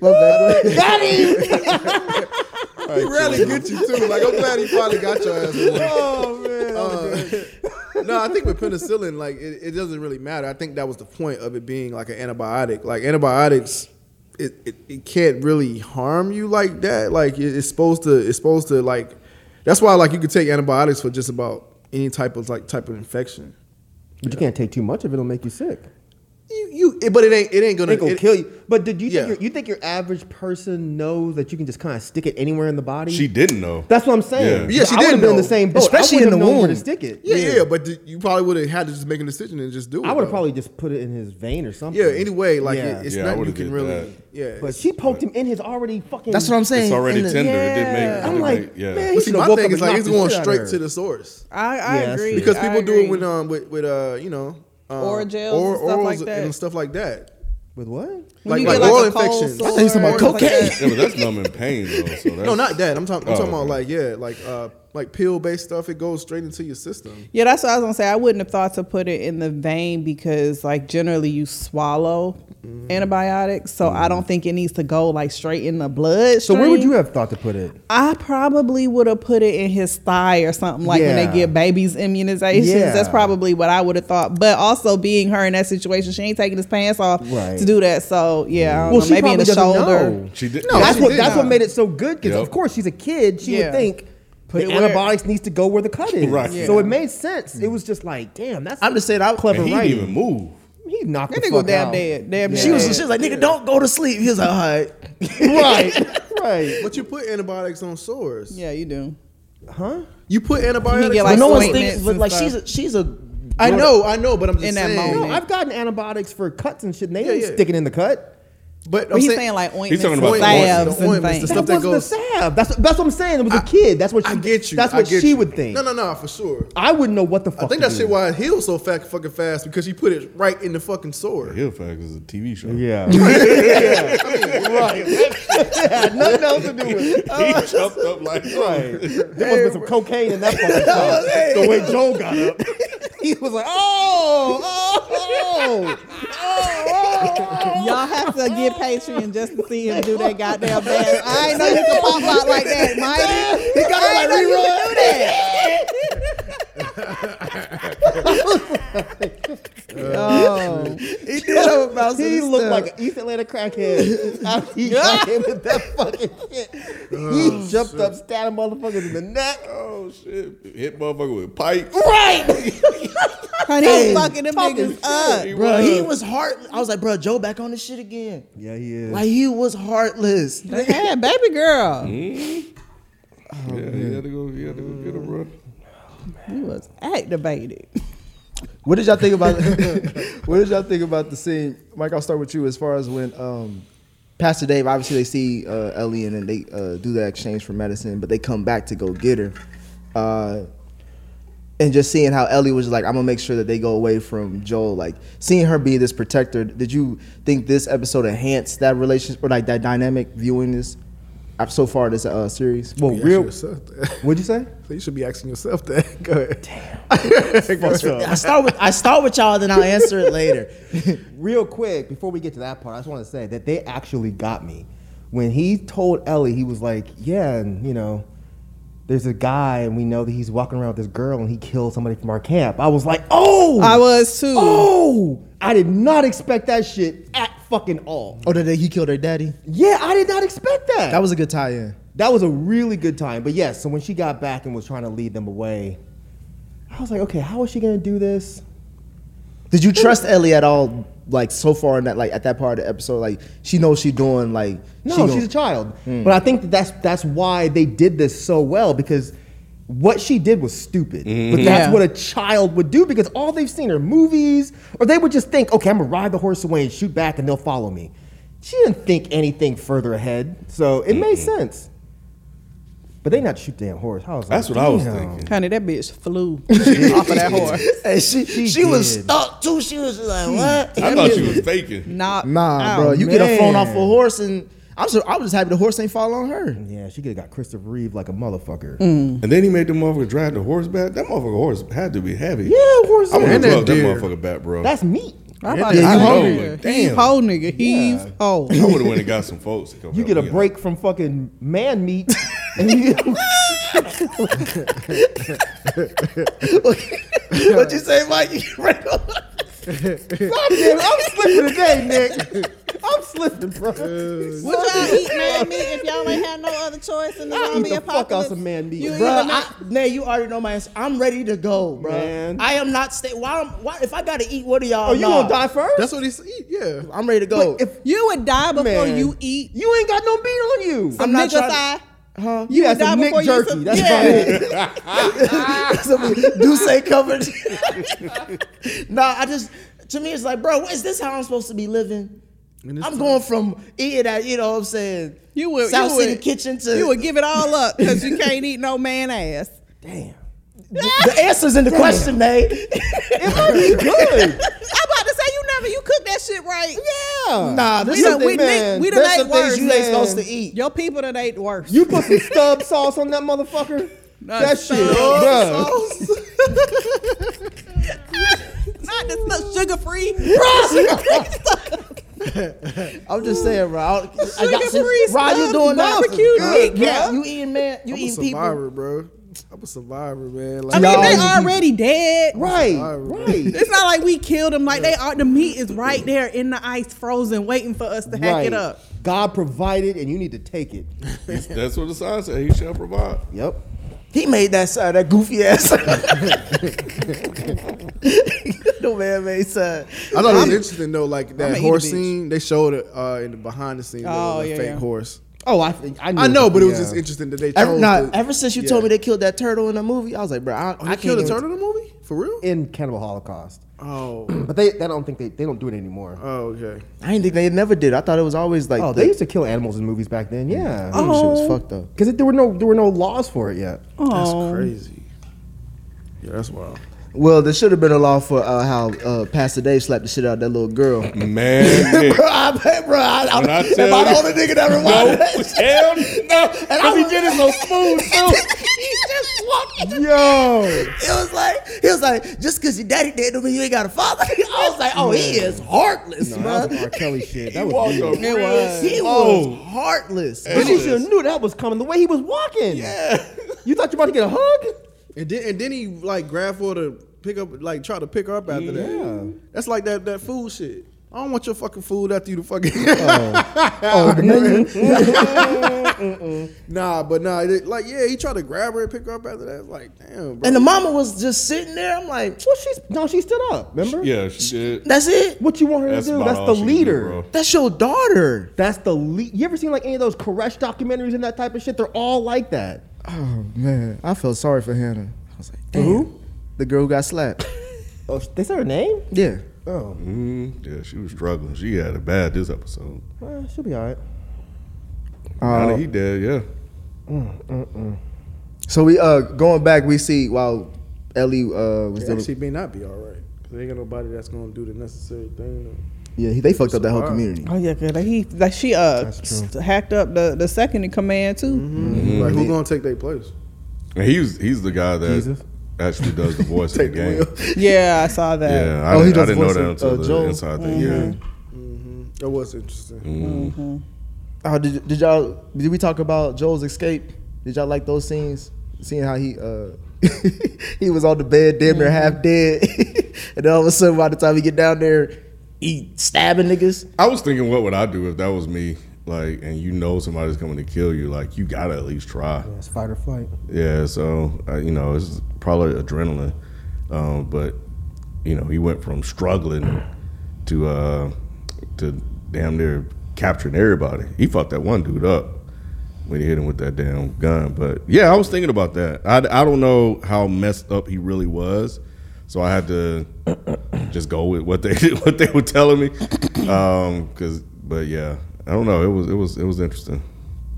S3: one. Got him.
S5: He rarely get you too. Like I'm glad he finally got your ass. Oh man. no, I think with penicillin, like it, it doesn't really matter. I think that was the point of it being like an antibiotic. Like antibiotics, it, it, it can't really harm you like that. Like it, it's supposed to. It's supposed to like. That's why like you could take antibiotics for just about any type of like type of infection.
S6: But you can't take too much of it; it'll make you sick.
S5: You, you it- but it ain't it ain't gonna
S6: It gonna
S5: it-
S6: kill you. But did you
S5: Yeah.
S6: think your, you think your average person knows that you can just kind of stick it anywhere in the body?
S4: She didn't know.
S6: That's what I'm saying.
S4: Yeah. Yeah,
S5: she
S6: I would've
S5: didn't
S6: been in the
S5: know.
S6: same boat,
S3: Especially
S6: I
S3: in
S6: wouldn't
S3: the
S6: have known Where to
S3: womb.
S6: stick it?
S5: Yeah, yeah, but th- you probably would have had to just make a decision and just do it.
S6: I would have
S5: though.
S6: probably just put it in his vein or something.
S5: Yeah, anyway, like
S6: Yeah.
S5: it, it's
S4: Yeah, I
S5: not you
S4: would've
S5: can
S4: did
S5: really.
S4: that.
S5: Yeah,
S6: But
S5: it's-
S6: she poked him in his already fucking.
S3: That's what I'm saying.
S4: It's already
S3: In the-
S4: tender. It didn't make. It
S2: Yeah.
S6: I'm
S4: didn't
S6: like,
S4: make yeah.
S6: man,
S5: But
S6: She
S5: see,
S6: done
S5: my
S6: woke up
S5: thing is
S6: and
S5: like it's
S6: knocked the
S5: going
S6: shit out of her.
S5: straight to the source
S2: I, I
S6: Yeah, that's
S2: agree
S6: true.
S5: because
S2: I
S5: people do it
S2: agree.
S5: with um with with uh you know um,
S2: Oral gels and stuff like
S5: orals
S2: that.
S5: and stuff like that.
S6: With what?
S2: When you
S5: like,
S2: get,
S5: like oral
S2: a cold
S5: infections. I
S2: sore
S5: thought you was talking
S2: or
S5: about
S2: something like
S3: cocaine.
S2: that.
S4: yeah, but that's numbing pain though. So that's,
S5: No, not that. I'm talking. I'm
S4: Oh,
S5: talking about
S4: okay.
S5: like yeah, like uh like pill based stuff. It goes straight into your system.
S2: Yeah, that's what I was gonna say. I wouldn't have thought to put it in the vein because, like, generally you swallow
S6: Mm-hmm.
S2: antibiotics, so I don't think it needs to go like straight in the blood.
S6: So where would you have thought to put it?
S2: I probably would have put it in his thigh or something like when
S6: Yeah.
S2: they give babies immunizations.
S6: Yeah.
S2: That's probably what I would have thought. But also being her in that situation, she ain't taking his pants off
S6: Right. Mm-hmm.
S2: to do that. So yeah, I don't know, maybe in the
S6: doesn't
S2: shoulder.
S6: know.
S4: She did-
S6: No,
S4: Yeah,
S6: that's
S5: she
S6: what
S5: did
S6: that's
S5: not.
S6: what made it so good because
S4: Yep.
S6: of course she's a kid. She
S2: Yeah.
S6: would think
S2: Put
S6: the
S2: it where-
S6: antibiotics needs to go where the cut is.
S4: Right.
S2: Yeah.
S6: So it made sense. It was just like, damn, that's
S3: I'm just saying, I,
S6: clever
S4: And he
S6: writing.
S4: didn't even move.
S6: He knocked
S2: That
S6: the
S2: nigga was
S6: fuck
S2: damn
S6: out.
S2: dead. Damn
S6: Yeah.
S2: dead.
S3: she was, she was like, nigga, don't go to sleep. He was like, all right.
S6: right, right.
S5: But you put antibiotics on sores.
S2: yeah, you do.
S6: Huh?
S5: You put antibiotics.
S2: get,
S5: on-
S2: like,
S3: no one
S2: ointments
S3: thinks, but
S2: and
S3: like
S2: stuff.
S3: she's a, she's a.
S5: I know, I know, but I'm just
S2: In that
S5: saying.
S2: moment.
S6: No, I've gotten antibiotics for cuts and shit. And they
S5: Yeah,
S6: didn't
S5: yeah.
S6: stick it in the cut.
S5: But
S2: But
S5: I'm
S2: he's
S5: saying,
S2: saying like ointments,
S4: talking
S2: and
S4: about
S2: salves
S5: ointments, the
S2: and
S5: ointments,
S2: things.
S5: the stuff
S6: That
S5: that
S6: wasn't
S5: goes.
S6: a salve. That's that's what I'm saying. It was a
S5: I-
S6: kid. That's what she,
S5: I get you.
S6: That's
S5: I
S6: what
S5: get
S6: she
S5: you.
S6: would think.
S5: No, no, no, for sure.
S6: I wouldn't know what the fuck.
S5: I think
S6: to
S5: that's
S6: do.
S5: shit why it healed so fa- fucking fast because she put it right in the fucking sword.
S4: Hill Facts is a TV show.
S6: Yeah. yeah. Right. yeah. Nothing else to do with it.
S4: He
S2: Oh.
S4: jumped up like
S6: Right. There must have been some cocaine in that fucking shot. The way Joe got up. He was like, oh, oh, oh, oh,
S2: Y'all have to get Patreon just to see him do that goddamn dance. I ain't know you could pop out like that, Mighty.
S6: He got
S2: I
S6: it
S2: ain't
S6: like
S2: know you
S6: rerun.
S2: could do that. oh,
S6: He, looked like an East Atlanta crackhead. After he got him with that fucking shit.
S5: Oh,
S6: He jumped up, stabbed motherfuckers in the neck.
S4: Oh shit! Hit motherfucker with pipe.
S6: Right.
S2: honey, he was fucking them niggas up.
S4: He
S3: Bro,
S4: was.
S3: he was heart. I was like, bro, Joe back on this shit again.
S6: Yeah, he is.
S3: Like he was heartless.
S2: They had baby girl.
S4: yeah, he had to go. He had to go get him, bro.
S2: He was activated.
S1: What did y'all think about? what did y'all think about the scene, Mike? I'll start with you as far as when um, Pastor Dave. Obviously, they see uh, Ellie and then they uh, do that exchange for medicine, but they come back to go get her. Uh, and just seeing how Ellie was like, I'm gonna make sure that they go away from Joel. Like seeing her be this protector. Did you think this episode enhanced that relationship or like that dynamic viewing this uh, so far this uh, series?
S6: Well,
S5: You ask
S6: real.
S5: yourself that.
S6: What'd you say?
S5: So you should be asking yourself that. Go ahead. Damn.
S3: I start with I start with y'all, then I'll answer it later.
S6: Real quick, before we get to that part, I just want to say that they actually got me. When he told Ellie, he was like, Yeah, and you know, there's a guy and we know that he's walking around with this girl and he killed somebody from our camp. I was like, Oh!
S2: I was too.
S6: Oh! I did not expect that shit at fucking all.
S1: Oh, did they, he killed her daddy?
S6: Yeah, I did not expect that.
S1: That was a good tie-in.
S6: that was a really good time. But yes, so when she got back and was trying to lead them away, I was like, okay, how is she gonna do this?
S1: Did you trust Ellie at all? Like so far in that, like at that part of the episode, like she knows she doing like
S6: No,
S1: she Hmm. gon-
S6: she's a child. But I think that that's that's why they did this so well because what she did was stupid.
S1: Mm-hmm.
S6: But that's
S2: Yeah.
S6: what a child would do because all they've seen are movies, or they would just think, okay, I'm gonna ride the horse away and shoot back, and they'll follow me. She didn't think anything further ahead, so it made sense. But they not shoot damn horse. How was
S4: That's
S6: like,
S4: what I was
S6: damn.
S4: thinking.
S2: Honey, that bitch flew off of that horse.
S3: And she she, was
S6: did.
S3: stuck too. She was just like, what?
S4: I thought you was faking.
S2: Nah,
S1: Nah,
S2: out.
S1: bro, you get a phone off a
S6: man.
S1: horse, and I'm so I was just happy the horse ain't fall on her.
S6: Yeah, she could have got Christopher Reeve like a motherfucker.
S3: Mm.
S4: And then he made the motherfucker drive the horse back. That motherfucker horse had to be heavy.
S6: Yeah, horse.
S4: I would have
S5: And that
S4: that, that
S5: deer.
S4: motherfucker back, bro.
S6: That's meat.
S2: I'm about
S4: Yeah,
S2: to
S4: you
S2: say,
S4: hoe,
S2: nigga,
S4: damn.
S2: He hoe nigga. He's hoe.
S4: I would have went and got some folks to come
S6: You
S4: help
S5: Oh,
S6: get a
S4: me out.
S6: break from fucking man meat. and you get
S3: What'd you say, Mike? Right on.
S6: God damn it, I'm slipping today, Nick. I'm slipping, bro. What
S2: Would y'all eat man meat if y'all ain't had no other choice in the
S6: I eat
S2: zombie
S6: the fuck out
S2: apocalypse?
S6: some man meat,
S2: You eat
S3: Bro,
S2: a
S3: I, man, you already know my answer. I'm ready to go, bro.
S6: Man.
S3: I am not stay. Why, am- why? If I gotta eat, what are y'all?
S6: Oh, you
S3: nah.
S6: gonna die first?
S5: That's what he said. Yeah.
S3: I'm ready to go.
S6: But if
S2: You would die before
S6: Man.
S2: you eat. You
S6: you ain't got no meat on you.
S2: some
S3: I'm not
S2: nigga
S3: tryna-
S2: thigh.
S6: Huh? You, got
S2: die
S6: some Nick
S2: before you
S6: jerky.
S2: some-
S6: That's
S2: Yeah.
S6: about it.
S3: do say covered. nah, I just to me it's like, bro, is this how I'm supposed to be living? I'm going from eating at, you know what I'm saying?
S2: You would
S3: South
S2: you
S3: City
S2: would,
S3: kitchen to
S2: You would give it all up because you can't eat no man ass.
S3: the answers in the question, man.
S6: It might be good.
S2: I'm about to say you never you cook that shit right.
S6: Yeah.
S3: Nah, this
S2: We done,
S3: is
S2: we, Nick,
S6: man.
S2: we done
S3: there's
S2: ate
S3: some things
S2: worse.
S3: you ain't supposed to eat.
S2: Your people that ate worse.
S6: You put some stub sauce on that motherfucker.
S2: Not
S6: that
S2: stub
S6: shit, bro.
S2: not the stuff sugar free.
S3: I'm just saying, bro. I, I got some,
S2: Sugar-free
S3: Rod, you
S2: stuff,
S3: doing that?
S2: barbecued
S3: Good,
S2: meat,
S3: yeah,
S2: bro.
S3: you eating man, you
S5: I'm a
S3: eating people.
S5: survivor, bro. I'm a survivor, man. Like,
S2: I mean, they
S3: Y'all-
S2: already dead.
S6: Right,
S5: Survivor.
S6: right.
S2: It's not like we killed them. Like they are. The meat is right there in the ice, frozen, waiting for us to hack
S6: right.
S2: it up.
S6: God provided, and you need to take it.
S4: That's what the sign said. He shall provide.
S6: Yep.
S3: He made that side, that goofy ass. no man made side.
S5: I thought it was interesting though, like
S2: I'ma
S5: that
S2: eat a
S5: horse
S2: bitch.
S5: scene. They showed it uh, in the behind the scenes.
S2: Oh,
S5: Oh, the
S2: yeah,
S5: fake
S2: yeah.
S5: horse.
S6: Oh, I I, knew
S5: I know, but it was
S6: yeah.
S5: just interesting that they chose.
S3: Ever, nah,
S5: the-
S3: ever since you
S5: yeah.
S3: told me they killed that turtle in the movie, I was like, bro, I,
S5: Oh,
S3: I
S5: they
S3: can't
S5: killed a
S3: even-
S5: turtle in the movie for real.
S6: in Cannibal Holocaust.
S5: Oh,
S6: But they, they don't think they, they don't do it anymore.
S5: oh, okay.
S1: I didn't think they never did. I thought it was always like
S6: oh, they used to kill animals in movies back then. Yeah.
S1: that shit was fucked up.
S6: Because there were no there were no laws for it yet.
S3: Oh.
S5: That's
S3: Um,
S5: crazy. Yeah, that's wild.
S1: Well, there should have been a law for uh, how uh, Pastor Dave slapped the shit out of that little girl.
S4: Man, Nick.
S3: Bro, I bet, bro. I, I,
S4: When I
S3: if
S4: tell
S3: I
S4: you-
S3: the only nigga that
S4: no,
S3: rewinded that,
S4: hell no.
S3: and I
S4: Cause he
S3: was-
S4: did it so smooth too.
S3: he just walked. in.
S6: Yo.
S3: It was like he was like, just because your daddy dead don't mean you ain't got a father. I was like, oh, he is heartless,
S6: No,
S3: bro.
S6: that was R. Kelly shit.
S4: He
S6: That was Oh.
S4: walked
S6: weird.
S4: up real
S3: He
S4: slow.
S3: was heartless.
S6: But you should have knew that was coming. The way he was walking.
S4: Yeah.
S6: You thought you were about to get a hug?
S5: And then and then he like grabbed for to pick up like try to pick her up after
S6: Yeah.
S5: that. That's like that that food shit. I don't want your fucking food after you to fucking Oh. Nah, but nah, it, like yeah, he tried to grab her and pick her up after that. It's like, damn, bro.
S3: And the mama was just sitting there. I'm like,
S6: Well, she's no, she stood up. Remember?
S4: Yeah, she did.
S3: that's it.
S6: What you want her
S4: That's
S6: to do?
S4: about
S6: That's
S4: all
S6: the
S4: she could do,
S6: leader.
S4: bro.
S3: That's your daughter.
S6: That's the lead. You ever seen like any of those Koresh documentaries and that type of shit? They're all like that.
S1: Oh man, I felt sorry for Hannah. I was like, damn,
S6: Who?
S1: the girl who got slapped.
S6: Oh, sh- they said her name.
S1: yeah,
S6: Oh,
S4: Mm, yeah, she was struggling. She had it bad this episode.
S6: well, she'll be all right.
S4: now
S6: Uh,
S4: that he dead, yeah.
S1: So we uh going back, we see while Ellie uh,
S5: It
S1: was dealing.
S5: actually may not be all right. 'Cause There ain't got nobody that's gonna do the necessary thing. to-
S1: yeah, he- they fucked up that whole
S5: Survive.
S1: community.
S2: Oh yeah, girl. Like he, like she, uh, st- hacked up the the second in command too.
S5: Mm-hmm. Like who gonna take their place?
S4: And he's he's the guy that
S6: Jesus.
S4: actually does the voice in the game.
S2: Yeah, I saw that.
S4: Yeah, I,
S1: Oh, he
S4: didn't- I
S1: does
S4: didn't
S1: voice
S4: know that until
S1: of, uh, Mm-hmm.
S4: the
S1: Joel.
S4: inside thing. Yeah,
S5: That was interesting.
S1: Oh, did, did y'all did we talk about Joel's escape? Did y'all like those scenes? Seeing how he uh he was on the bed, damn
S3: Mm-hmm.
S1: near half dead, and then all of a sudden, by the time he get down there, he stabbing niggas.
S4: I was thinking, what would I do if that was me? Like, and you know somebody's coming to kill you. Like, you gotta at least try.
S6: That's fight or flight.
S4: Yeah, so uh, you know it's probably adrenaline, um, but you know he went from struggling to uh, to damn near capturing everybody. He fucked that one dude up when he hit him with that damn gun. But yeah, I was thinking about that. I, I don't know how messed up he really was, so I had to just go with what they what they were telling me. Um, cause but yeah, I don't know. It was it was it was interesting.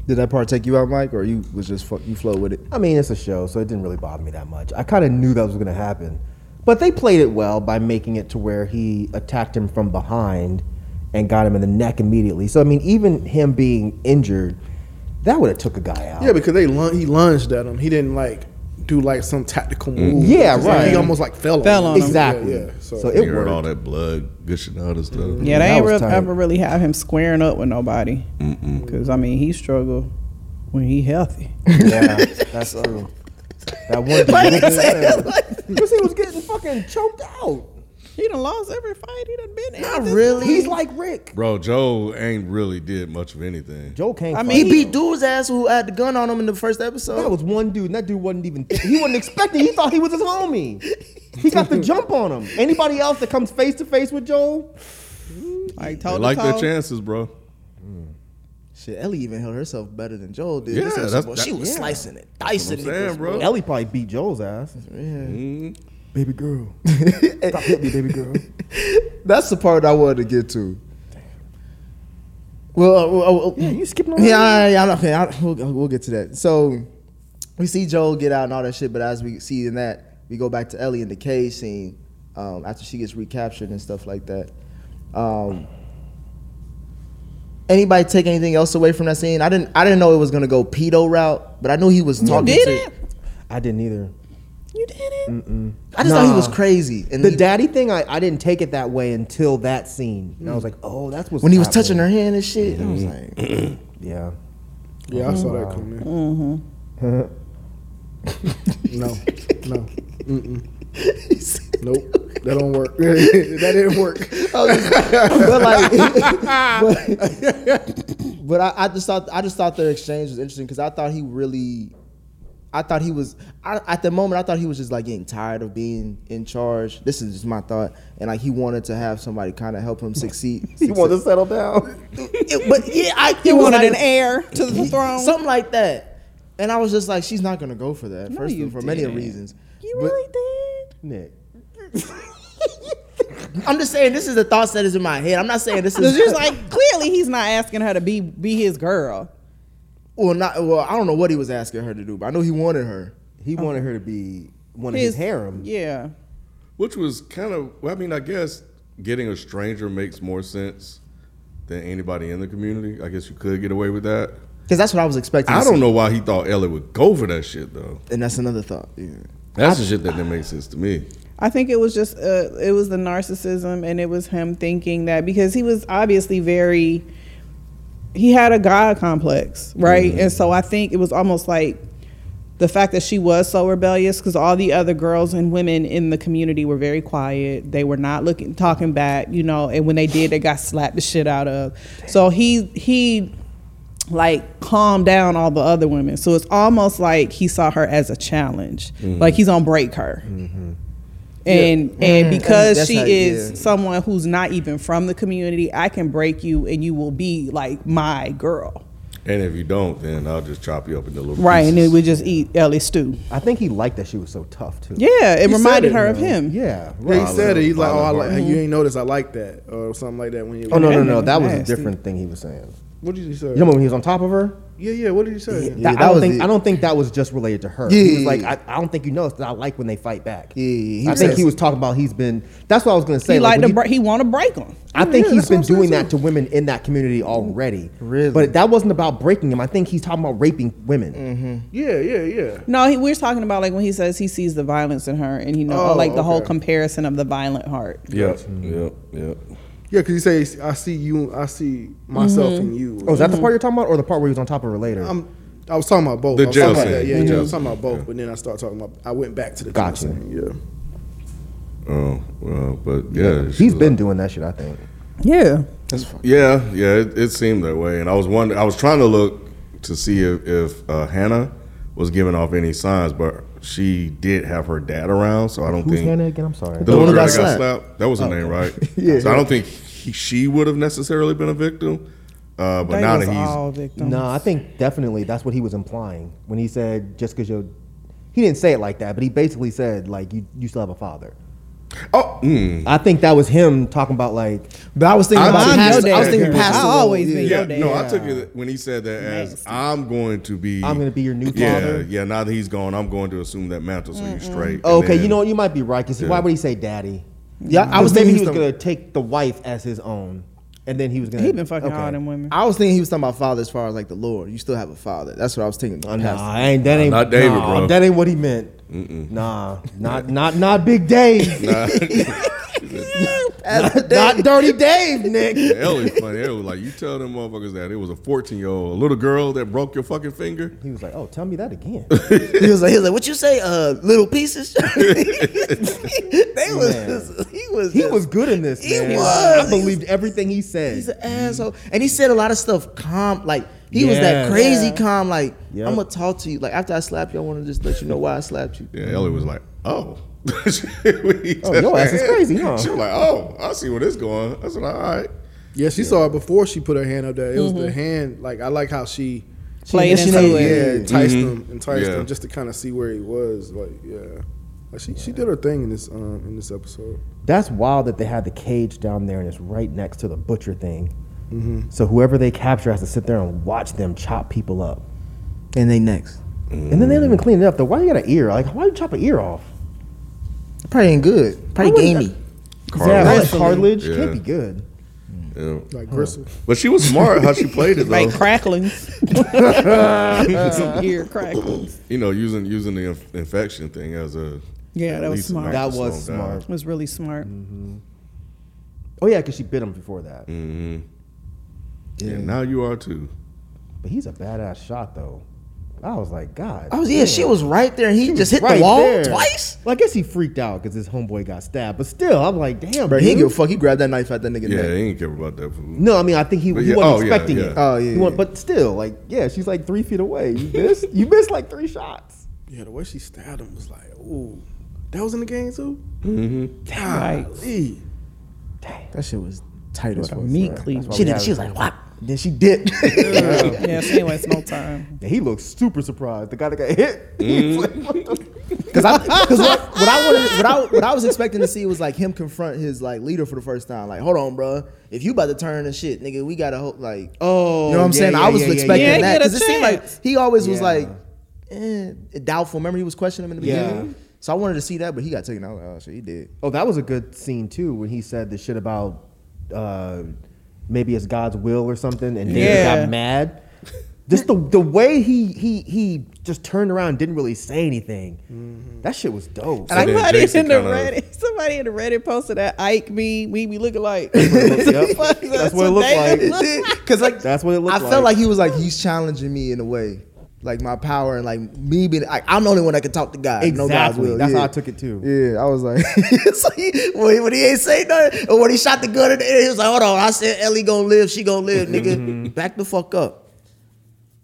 S1: Did that part take you out, Mike, or you was just fuck, you flow with it?
S6: I mean, it's a show, so it didn't really bother me that much. I kind of knew that was going to happen. But they played it well by making it to where he attacked him from behind and got him in the neck immediately. So I mean, even him being injured, that would have took a guy out.
S5: Yeah, because they lun- he lunged at him. He didn't like do like some tactical move.
S6: Yeah,
S5: It's like
S6: right.
S5: He almost like fell,
S2: Fell
S5: on
S2: on
S5: him.
S2: him.
S6: exactly.
S5: Yeah, yeah, so-
S6: so,
S4: You
S6: it
S4: heard all
S6: worked.
S4: that blood gushing out and stuff.
S2: Yeah, they
S6: That
S2: ain't
S6: was
S2: real,
S6: tight.
S2: ever really have him squaring up with nobody. Because I mean, he struggled when he healthy.
S6: Yeah, that's true. That one dude- Because he was getting fucking choked out.
S2: He done lost every fight he done been in. at this
S6: He's like Rick.
S4: Bro, Joe ain't really did much of anything.
S6: Joe came.
S2: I
S6: from-
S2: mean,
S1: He beat dude's ass who had the gun on him in the first episode.
S6: That was one dude, and that dude wasn't even. He wasn't expecting. He thought he was his homie. He got the jump on him. Anybody else that comes face to face with Joel?
S2: Like
S4: They
S2: total
S4: like their
S2: toe.
S4: chances, bro.
S1: Shit, Ellie even held herself better than Joel did.
S4: Yeah,
S1: This episode,
S4: that's-
S1: boy,
S4: that-
S1: she was
S4: yeah.
S1: slicing it, dicing
S4: That's what I'm
S1: it,
S4: saying, bro.
S6: Ellie probably beat Joel's ass.
S4: Mm-hmm.
S6: Baby girl, stop hitting me, baby girl.
S1: That's the part I wanted to get to. Well, uh, well, uh,
S6: Yeah, you skipping over
S1: Yeah, I, I, I- okay, I, we'll, we'll get to that. So we see Joel get out and all that shit, but as we see in that, we go back to Ellie in the cage scene um, after she gets recaptured and stuff like that. Um, anybody take anything else away from that scene? I didn't. I didn't know it was gonna go pedo route, but I knew he was talking
S2: Did
S1: to.
S2: it?
S6: I didn't either.
S2: You did it?
S1: I just thought he was
S6: Nah.
S1: crazy. And
S6: The
S1: he-
S6: daddy thing, I, I didn't take it that way until that scene. And I was like, oh, that's what.
S1: when he was touching her hand and shit, I was
S4: Mm-hmm.
S1: like,
S6: Yeah.
S5: yeah, I saw that coming. Mm-hmm. no, no, Mm-mm. nope. That don't work. that didn't work.
S1: but like, but, but I, I just thought I just thought their exchange was interesting because I thought he really, I thought he was I, at the moment I thought he was just like getting tired of being in charge. This is just my thought, and like he wanted to have somebody kind of help him succeed. he wanted,
S6: settle down.
S1: but yeah, I, it
S2: He
S1: was
S2: wanted
S1: like-
S2: an heir to the throne.
S1: something like that. And I was just like, she's not gonna go for that. first
S2: you
S1: of, for many
S2: didn't.
S1: reasons.
S2: you
S1: But-
S2: really did.
S6: Nick.
S1: I'm just saying this is the thoughts that is in my head. I'm not saying this is
S2: Cause you're like clearly he's not asking her to be be his girl.
S1: well, not well. I don't know what he was asking her to do, but I know he wanted her.
S6: He wanted her to be one of his, harem.
S2: Oh. Yeah.
S4: Which was kind of, well, I mean, I guess getting a stranger makes more sense than anybody in the community. I guess you could get away with that.
S1: Because that's what I was expecting. to
S4: I
S1: see.
S4: don't know why he thought Ellie would go for that shit, though.
S1: And that's another thought. Yeah.
S4: That's the shit that didn't make sense to me.
S2: I think it was just uh, it was the narcissism and it was him thinking that because he was obviously very he had a god complex, right? And so I think it was almost like the fact that she was so rebellious because all the other girls and women in the community were very quiet. They were not looking talking back, you know, and when they did they got slapped the shit out of. So he he like calm down all the other women. So it's almost like he saw her as a challenge. Like he's gonna break her. And and
S3: Mm-hmm.
S2: because
S1: That's
S2: she
S1: how-
S2: is
S1: yeah.
S2: someone who's not even from the community, I can break you and you will be like my girl.
S4: And if you don't, then I'll just chop you up into little
S2: Right. And
S4: pieces.
S2: then we just eat Ellie stew.
S6: I think he liked that she was so tough too.
S2: Yeah, it reminded her of
S5: though.
S2: him.
S6: Yeah.
S5: Yeah,
S6: Right.
S5: he said it. He's like, oh, I
S4: Robin
S5: like, you ain't notice I like that or something like that when you.
S6: Oh no no no!
S2: That
S6: That
S2: nigga
S6: was a
S2: nasty.
S6: different thing he was saying.
S5: What did you say?
S6: You remember when he was on top of her?
S5: Yeah, yeah. What did you say?
S6: That-
S1: that
S6: I don't
S1: was
S6: think
S1: the-
S6: I don't think that was just related to her.
S1: Yeah,
S6: he was
S1: yeah,
S6: like,
S1: yeah.
S6: I, I don't think you noticed that I like when they fight back.
S1: Yeah, yeah, he
S6: I think
S1: says-
S6: he was talking about he's been. That's what I was gonna say.
S2: He
S6: like,
S2: like
S6: when
S2: to
S6: you-
S2: break. He want to break them.
S6: I think
S5: yeah,
S6: he's
S5: that's what
S6: been
S5: I'm saying
S6: doing that to
S5: too.
S6: women in that community already.
S1: Really?
S6: But that wasn't about breaking him. I think he's talking about raping women.
S5: Yeah, yeah, yeah.
S2: No, he, we're talking about like when he says he sees the violence in her, and you know,
S5: Oh,
S2: like the whole
S5: okay.
S2: comparison of the violent heart.
S4: Yep. Yep. Yep.
S5: Yeah, because he says, "I see you. I see myself in you."
S6: Oh, is that the part you're talking about, or the part where he was on top of her later?
S5: I'm, I was talking about both.
S4: The
S5: I was talking
S4: jail
S5: about
S4: scene.
S5: that, Yeah,
S4: The
S5: yeah, I
S4: jail
S5: was talking about both, but then I started talking about. I went back to the
S6: Gotcha.
S5: jail scene, Yeah.
S4: Oh well, but yeah,
S6: he's
S4: she's
S6: been doing that shit. I think.
S2: Yeah.
S4: Yeah, yeah, it, it seemed that way, and I was wondering, I was trying to look to see if, if uh, Hannah was giving off any signs, but she did have her dad around, so I don't
S6: Who's
S4: think
S6: Hannah again? I'm sorry.
S4: the little
S1: who
S4: girl
S1: got
S4: that got
S1: slapped.
S4: slapped. That was her name, right? yeah. So I don't think he, she would have necessarily been a victim, uh, but
S2: They
S4: now
S2: was
S4: that he's
S2: all victims.
S6: No, I think definitely that's what he was implying when he said just because you're. He didn't say it like that, but he basically said like you you still have a father.
S4: oh, mm,
S6: I think that was him talking about like
S3: But I was thinking
S4: I'm
S3: about
S4: thinking
S3: past,
S4: your
S3: I was
S4: dad.
S3: thinking
S4: Yeah.
S3: past.
S2: I always been
S6: Oh,
S4: yeah,
S2: your dad.
S4: no, I took it when he said that as I'm going to be,
S6: I'm gonna be your new
S4: yeah,
S6: father.
S4: yeah. Now that he's gone, I'm going to assume that mantle, so you straight. and
S6: okay, you
S4: then-
S6: know what, you might be right because
S4: Yeah.
S6: why would he say daddy?
S3: Yeah, I was
S6: maybe
S3: thinking
S6: he was
S3: talking-
S6: gonna take the wife as his own, and then he was gonna.
S2: He been fucking
S6: okay.
S2: all them women.
S1: I was thinking he was talking about father as far as like the Lord. You still have a father. That's what I was thinking.
S6: Uh,
S1: Past-
S6: Nah, ain't that ain't
S4: not David,
S6: nah,
S4: bro.
S6: That ain't what he meant. Nah, not not not big Dave. not, not dirty Dave, Nick.
S4: Ellie funny. Ellie was like, you tell them motherfuckers that it was a 14 year old, a little girl that broke your fucking finger.
S6: He was like, "Oh, tell me that again."
S3: He was like, he was like, what you say? Uh, little pieces. they was,
S6: Man.
S3: just- he was,
S6: He
S3: just-
S6: was good in this.
S3: He
S6: man.
S3: was.
S6: I believed everything he said.
S3: He's an asshole, and he said a lot of stuff calm. Like he was
S6: Yeah.
S3: that crazy
S2: Yeah.
S3: calm. Like
S6: Yep.
S3: I'm gonna talk to you. Like after I slap you, I want to just let you know why I slapped you.
S4: Yeah, Ellie was like, oh. oh,
S6: your ass is crazy, huh?
S4: She was like, oh, I see where this going. I said, all right.
S5: Yeah, she saw it before she put her hand up there. It was the hand. Like I like how she.
S2: Mm-hmm. Played
S3: she
S2: into
S3: knew,
S2: it.
S5: Yeah, enticed him, enticed
S4: Yeah.
S5: him, just to kind of see where he was. Like, yeah, like she, she did her thing in this um in this episode.
S6: That's wild that they had the cage down there and it's right next to the butcher thing. So whoever they capture has to sit there and watch them chop people up.
S3: And they next.
S6: And then they don't
S4: Mm.
S6: even clean it up. Though, why you got an ear? Like, why you chop an ear off?
S3: Probably ain't good. Probably
S6: wouldn't-
S3: gamey.
S6: Yeah, all
S4: Carly.
S6: that cartilage
S4: Yeah.
S6: can't be good.
S4: Yeah.
S5: Like gristle.
S4: But she was smart how she played it,
S2: Like
S4: though.
S2: cracklings. Some ear cracklings.
S4: you know, using using the inf- infection thing as a.
S2: Yeah, that was
S4: at least
S2: smart.
S4: knock
S6: That
S4: the
S6: was
S4: song down.
S6: smart.
S2: It was really smart.
S6: Oh yeah, because she bit him before that.
S4: And now you are too.
S6: But he's a badass shot though. I was like, God.
S2: Oh,
S3: I was yeah.
S6: damn.
S3: She was right there, and he just hit
S6: Right
S3: the wall
S6: there.
S3: twice.
S6: Well, I guess he freaked out because his homeboy got stabbed. But still, I'm like, damn.
S1: Bro, he
S6: dude.
S1: didn't give a fuck. He grabbed that knife out that nigga
S4: Yeah,
S1: neck.
S4: he ain't care about that food.
S6: No, I mean, I think he,
S4: But
S6: he
S4: yeah-
S6: wasn't
S4: oh, yeah,
S6: expecting
S4: yeah.
S6: it.
S1: Oh, yeah,
S6: He wa-
S1: yeah.
S6: But still, like, yeah, she's like three feet away. You missed. you missed like three shots.
S5: Yeah, the way she stabbed him was like, ooh, that was in the game too.
S2: Right.
S5: Golly.
S3: That shit was tight as fuck.
S2: Meat cleaver.
S3: She did. She was like, "Whap!"
S6: Then she dipped.
S2: Yeah, so anyway, it's no time.
S6: And he looked super surprised. The guy that got hit.
S1: Mm-hmm.
S6: Because I,
S1: Because what, what I wanted, what I, what I was expecting to see was like him confront his like leader for the first time. Like, hold on, bro, if you about to turn and shit, nigga, we gotta hope like.
S6: oh,
S1: You know what I'm
S6: yeah,
S1: saying?
S6: yeah,
S1: I was
S6: yeah, yeah,
S1: expecting
S6: yeah.
S2: he
S1: that
S2: get a
S1: because it seemed like
S2: chance.
S1: he always was
S6: Yeah.
S1: like eh, doubtful. Remember, he was questioning him in the
S6: Yeah.
S1: beginning. So I wanted to see that, but he got taken out. Oh shit, he did.
S6: Oh, that was a good scene too when he said the shit about uh, maybe it's God's will or something, and David
S2: Yeah.
S6: got mad. Just the the way he he he just turned around, and didn't really say anything.
S1: Mm-hmm.
S6: That shit was dope.
S4: And I- then
S2: Somebody
S4: Jason
S2: in the
S4: kinda-
S2: Reddit, somebody in the Reddit posted that Ike me, we be looking like.
S6: Yep.
S2: Fuck,
S6: That's what it looked
S2: they
S6: like.
S2: look
S1: Cause like
S6: That's what it looked
S1: I
S6: like.
S1: felt like he was like he's challenging me in a way, like my power and like me being. I, I'm the only one that can talk to God. No God's
S6: Exactly.
S1: will.
S6: That's
S1: yeah.
S6: how I took it too.
S1: Yeah, I was like,
S3: so he, when, he, when he ain't say nothing, or when he shot the gun in the air, he was like, "Hold on." I said, "Ellie gonna live. She gonna live,
S6: Mm-hmm.
S3: nigga. Back the fuck up."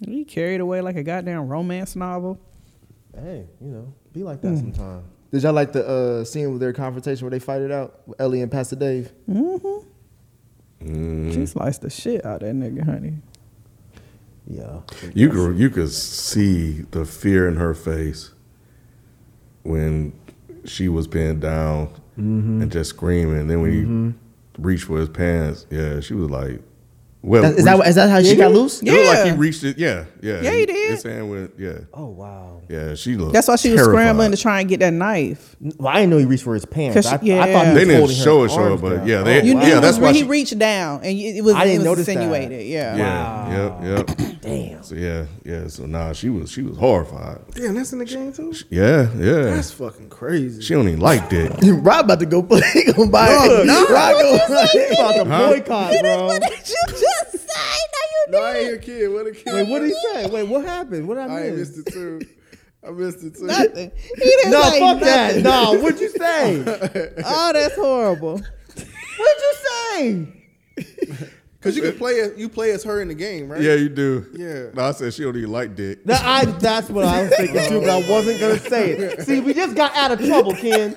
S2: He carried away like a goddamn romance novel.
S6: Hey, you know, be like
S1: Hmm.
S6: that sometime.
S1: did y'all like the uh, scene with their confrontation where they fight it out, with Ellie and Pastor Dave?
S2: She sliced the shit out of that nigga, honey.
S6: Yeah.
S4: You could you could see the fear in her face when she was pinned down and just screaming. Then when he reached for his pants, yeah, she was like, Well,
S3: That- Is that
S4: reached-
S3: is that how she got loose?
S4: It looked like he
S2: Yeah.
S4: reached it. Yeah, yeah.
S2: Yeah, he did.
S4: His hand went. Yeah,
S6: Oh wow.
S4: yeah. She looked.
S2: That's why she was
S4: terrified.
S2: scrambling to try and get that knife.
S6: Well, I didn't know he reached for his pants.
S2: 'Cause
S6: I,
S2: she- yeah.
S6: I thought he
S2: They
S6: was
S4: didn't
S6: holding her
S4: show it to her,
S6: arms
S4: but
S6: down.
S4: yeah, they-
S2: You
S4: Wow.
S2: knew
S4: Yeah,
S2: it
S4: that's
S2: was,
S4: why
S2: re- he
S4: she-
S2: reached down, and it was,
S6: I didn't
S2: it was
S6: notice that.
S2: insinuated. Yeah.
S4: Yeah, yep, yep. Damn. So yeah, yeah. So nah, she was she was horrified.
S5: Damn, that's in the game too.
S4: Yeah, yeah.
S5: That's fucking crazy.
S4: she don't even like dick.
S3: Rob about to go play. He gonna buy it. Rob gonna-
S6: He about to boycott, bro.
S5: no, I ain't a kid. What a kid.
S6: Wait, what did he say? Wait, what happened? What did I
S5: I ain't
S6: miss?
S5: missed it too. I missed it too.
S2: Nothing. He didn't
S6: No,
S2: say
S6: fuck that.
S2: nothing.
S6: No, what'd you say? what'd
S2: Oh, that's horrible.
S6: you say?
S5: Cause you can play as you play as her in the game, right?
S4: Yeah, you do.
S5: Yeah.
S4: No, I said she don't even like dick.
S6: That I, that's what I was thinking too, but I wasn't gonna say it. See, we just got out of trouble, Ken.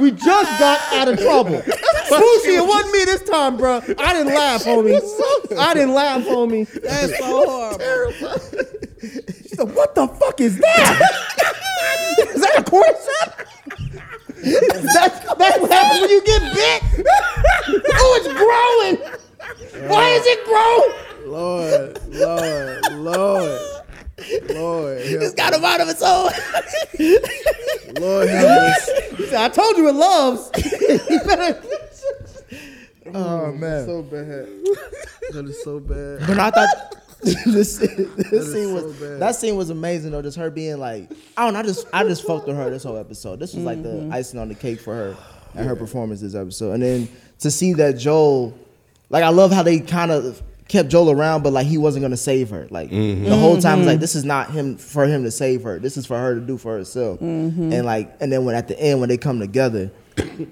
S6: We just got out of trouble. Boosie, it wasn't me this time, bro. I didn't laugh, homie. I didn't laugh, homie.
S2: That's so horrible.
S6: She said, "What the fuck is that? is that a cordyceps? that's that's what happens when you get bit. oh, it's growing. Why is it growing?
S5: Lord, Lord, Lord, Lord, help,
S6: Got him out of its own."
S5: Lord help us.
S6: He said, I told you it loves. You better-
S5: Oh man, so bad. That is so bad.
S3: But I thought this, this scene
S5: so
S3: was
S5: bad.
S3: that scene was amazing though. Just her being like, I don't. know, I just I just fucked with her this whole episode. This was like the icing on the cake for her and her performance this episode. And then to see that Joel, like I love how they kind of kept Joel around, but like he wasn't gonna save her. Like the whole time, it's like this is not him for him to save her. This is for her to do for herself. And like and then when at the end when they come together.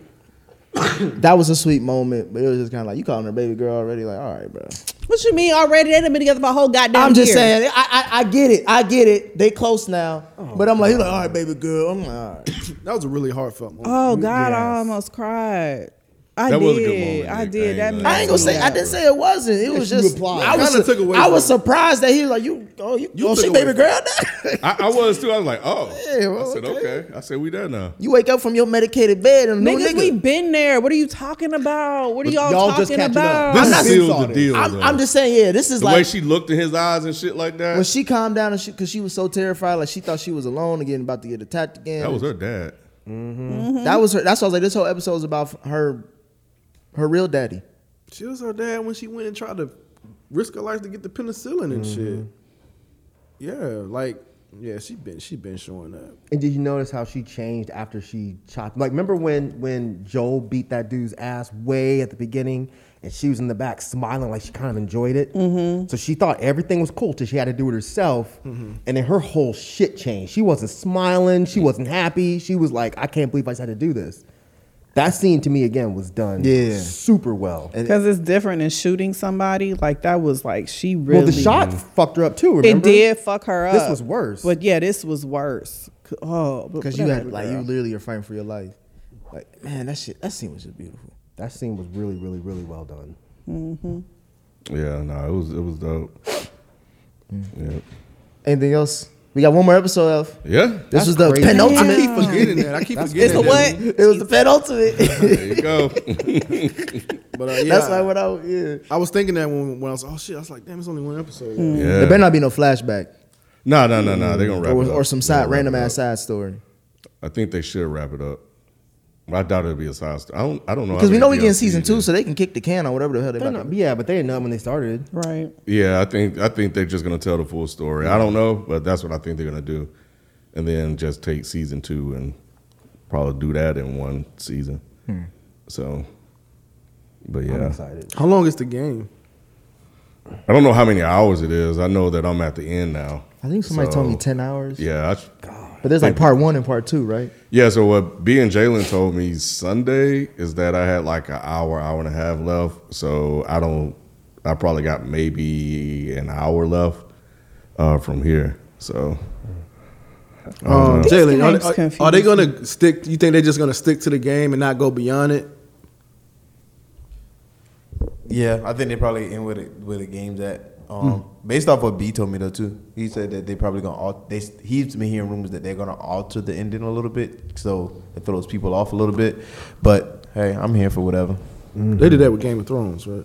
S3: That was a sweet moment, but it was just kind of like you calling her baby girl already. Like, all right, bro.
S2: What you mean already? They done been together my whole goddamn
S3: I'm just
S2: year.
S3: saying. I, I I get it. I get it. They close now. but I'm like, he's like, all right, baby girl. I'm like, all right.
S5: That was a really heartfelt moment.
S2: Oh God, I
S5: Yes.
S2: almost cried. I
S4: That
S2: did.
S4: was a good moment,
S2: I
S4: Nick. I ain't
S2: did. that
S4: gonna-
S2: made
S3: I ain't gonna
S2: me
S3: say. I
S2: laugh.
S3: didn't say it wasn't. It was just.
S5: applied.
S3: I was.
S5: Kinda
S3: su-
S5: took away
S3: I
S5: from
S3: was
S5: it.
S3: surprised that he was like, you. Oh, you.
S5: You
S3: oh,
S5: took
S3: she
S5: away
S3: baby
S5: from
S3: girl. now?
S4: I, I was too. I was like, oh.
S3: Yeah, well,
S4: I said okay.
S3: okay.
S4: I said we there now.
S3: you wake up from your medicated bed and a new
S2: Niggas,
S3: nigga.
S2: we been there. What are you talking about? What are y'all,
S6: y'all just
S2: talking
S6: catching up.
S2: about?
S4: This
S3: not-
S4: sealed the deal.
S3: I'm,
S4: though.
S3: I'm just saying. Yeah, this is
S4: the way
S3: like
S4: she looked in his eyes and shit like that.
S3: when she calmed down and she because she was so terrified. Like she thought she was alone again, about to get attacked again.
S4: that was her dad.
S3: That was her. That's why I was like, this whole episode is about her. Her real daddy.
S5: She was her dad when she went and tried to risk her life to get the penicillin and shit. Yeah, like yeah, she been she been showing up.
S6: And did you notice how she changed after she chopped? Like, remember when when Joel beat that dude's ass way at the beginning, and she was in the back smiling like she kind of enjoyed it. Mm-hmm. So she thought everything was cool till she had to do it herself,
S2: Mm-hmm.
S6: and then her whole shit changed. She wasn't smiling. She wasn't happy. She was like, I can't believe I just had to do this. That scene to me again was done
S3: Yeah.
S6: super well.
S2: Because it's different than shooting somebody. Like that was like she really.
S6: Well, the shot fucked her up too. Remember?
S2: It did fuck her up.
S6: This was worse.
S2: But yeah, this was worse. C- Oh, but
S3: Because you
S2: whatever,
S3: had like you
S2: girl.
S3: literally are fighting for your life. Like man, that shit, that scene was just beautiful.
S6: That scene was really, really, really well done.
S4: Yeah, no, it was it was dope.
S3: Mm.
S4: Yeah.
S3: Anything else? We got one more episode of.
S4: Yeah.
S3: This was the
S6: crazy.
S3: penultimate.
S5: I keep forgetting that. I keep forgetting
S2: It's the
S5: that.
S2: what?
S3: It was the penultimate.
S4: There you go.
S5: But uh, yeah,
S3: That's like what I. was- Yeah.
S6: Oh,
S5: I was thinking that when when I was oh shit, I was like, damn, it's only one episode.
S3: There better
S4: yeah.
S3: not be no flashback
S4: No, no, no, no. They're gonna wrap
S3: or,
S4: it up.
S3: or some
S4: They're
S3: side
S4: gonna wrap
S3: random
S4: it up.
S3: ass side story.
S4: I think they should wrap it up. I doubt it'll be a side story. I don't. I don't know. how
S3: Because we
S4: many
S3: know we getting
S4: DLCs
S3: season two,
S4: is.
S3: so they can kick the can on whatever the hell they
S6: They're
S3: about.
S6: not-
S3: to-
S6: yeah, but they didn't know it when they started.
S2: right.
S4: Yeah, I think I think they're just gonna tell the full story. I don't know, but that's what I think they're gonna do, and then just take season two and probably do that in one season. So, but
S6: I'm
S4: yeah,
S6: excited.
S5: How long is the game?
S4: I don't know how many hours it is. I know that I'm at the end now.
S3: I think somebody
S4: So,
S3: told me ten hours.
S4: Yeah, I, sh-
S3: But there's like part one and part two, right?
S4: yeah. So what B and Jalen told me Sunday is that I had like an hour, hour and a half left. So I don't. I probably got maybe an hour left uh, from here. So
S5: Um, Jalen, are,
S2: names
S5: they- are,
S2: confuse
S5: are they gonna stick? You think they're just gonna stick to the game and not go beyond it?
S7: Yeah, I think they probably end with it with the games that um, based off what B told me though too. He said that they probably gonna al- they he's been hearing rumors that they're gonna alter the ending a little bit, so it throws people off a little bit. But hey, I'm here for whatever.
S5: They did that with Game of Thrones, right?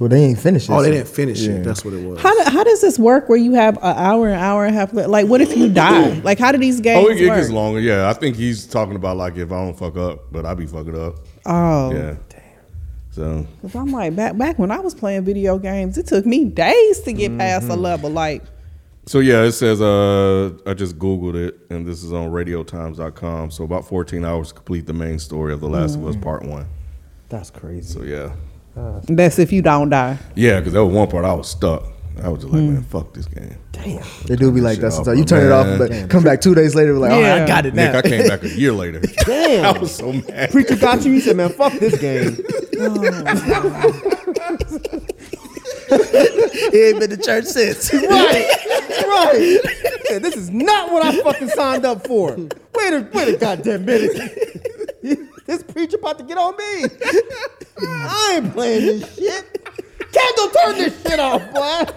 S3: Well, they ain't finished.
S5: Oh,
S3: it,
S5: they
S3: so-
S5: didn't finish
S3: Yeah.
S5: it. That's what it was.
S1: How, do, how does this work where you have an hour, an hour and a half? left? Like, what if you die? Like, how do these games
S4: Oh, it, it
S1: work?
S4: gets longer. Yeah, I think he's talking about like if I don't fuck up, but I be fucking up.
S1: Oh,
S4: Yeah. Damn. So
S1: Cause I'm like back back when I was playing video games, it took me days to get past a
S6: Mm-hmm.
S1: level. Like,
S4: So yeah, it says uh, I just googled it, and this is on RadioTimes.com. So about 14 hours to complete the main story of The Last of
S1: Mm.
S4: Us Part One.
S6: That's crazy.
S4: So yeah,
S1: that's if you don't die.
S4: yeah, because that was one part I was stuck. I was just
S1: Mm.
S4: like, man, fuck this game.
S3: They do be like
S4: Shut
S3: that
S4: up,
S3: sometimes. You
S4: my
S3: turn it off,
S4: man.
S3: but come back two days later, be like, all right,
S1: Yeah.
S3: I got it
S4: Nick,
S3: now.
S4: I came back a year later. I was so mad.
S6: Preacher got you. He said, "Man, fuck this game."
S8: He ain't been to church since.
S6: right, right. Yeah, this is not what I fucking signed up for. Wait a wait a goddamn minute. this preacher about to get on me. I ain't playing this shit. Kendall, turn this shit off, boy.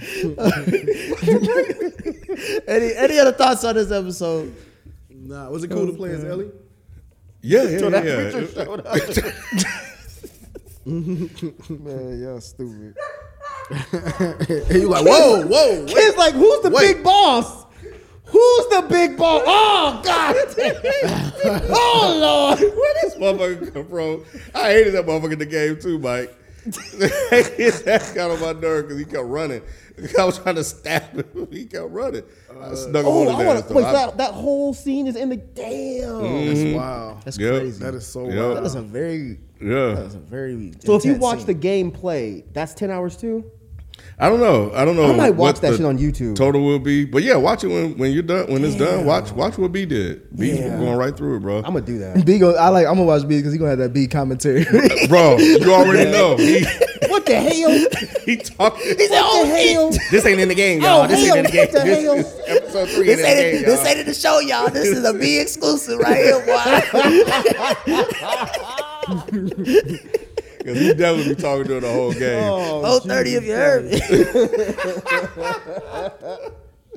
S8: any any other thoughts on this episode?
S5: Nah, was it cool to play as Ellie?
S4: Yeah, yeah, yeah. yeah.
S3: Man, y'all stupid.
S5: And you like, whoa, whoa. wait.
S6: It's like, who's the
S5: Wait.
S6: big boss? Who's the big boss? Oh God! oh Lord!
S4: Where this motherfucker come from? I hated that motherfucker in the game too, Mike. that got on my nerve because he kept running. I was trying to stab him. He kept running.
S5: Uh,
S4: I snuck him
S6: Oh,
S4: under
S6: I
S4: there.
S6: want
S4: so
S6: to. Wait,
S4: I-
S6: that, that whole scene is in the damn.
S8: Mm-hmm.
S5: That's wow.
S3: That's
S4: Yep.
S3: crazy.
S5: That is so
S4: Yep.
S5: wild.
S3: That is a very, that
S4: Yeah.
S3: is a very.
S6: So if you
S3: intense
S6: watch
S3: scene.
S6: the game play, that's ten hours too.
S4: I don't know. I don't know.
S6: I might watch
S4: what
S6: that
S4: the
S6: shit on YouTube.
S4: Total will be, but yeah, watch it when, when you're done. When it's done, watch watch what B did. B's going right through it, bro.
S6: I'm gonna do that.
S3: B, go, I like. I'm gonna watch B because he gonna have that B commentary.
S4: bro, you already know. He,
S6: what the hell?
S4: he talking.
S6: What the hell?
S4: This ain't in the
S8: Oh,
S4: game, y'all. this ain't in the game.
S6: hell, what the hell?
S4: This is episode three
S8: This
S4: in the
S8: ain't,
S4: game,
S8: this
S4: y'all.
S8: ain't in the show, y'all. This is a me exclusive right here, boy.
S4: 'Cause he definitely be talking during the whole game.
S8: Oh, 30 if you heard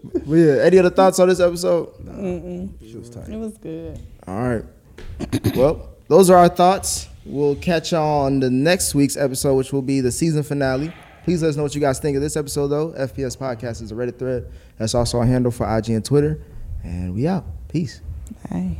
S8: me.
S3: But yeah, any other thoughts on this episode?
S1: It was good.
S3: All right. Well, those are our thoughts. We'll catch y'all on the next week's episode, which will be the season finale. Please let us know what you guys think of this episode, though. FPS Podcast is a Reddit thread. That's also our handle for IG and Twitter. And we out. Peace.
S1: Bye.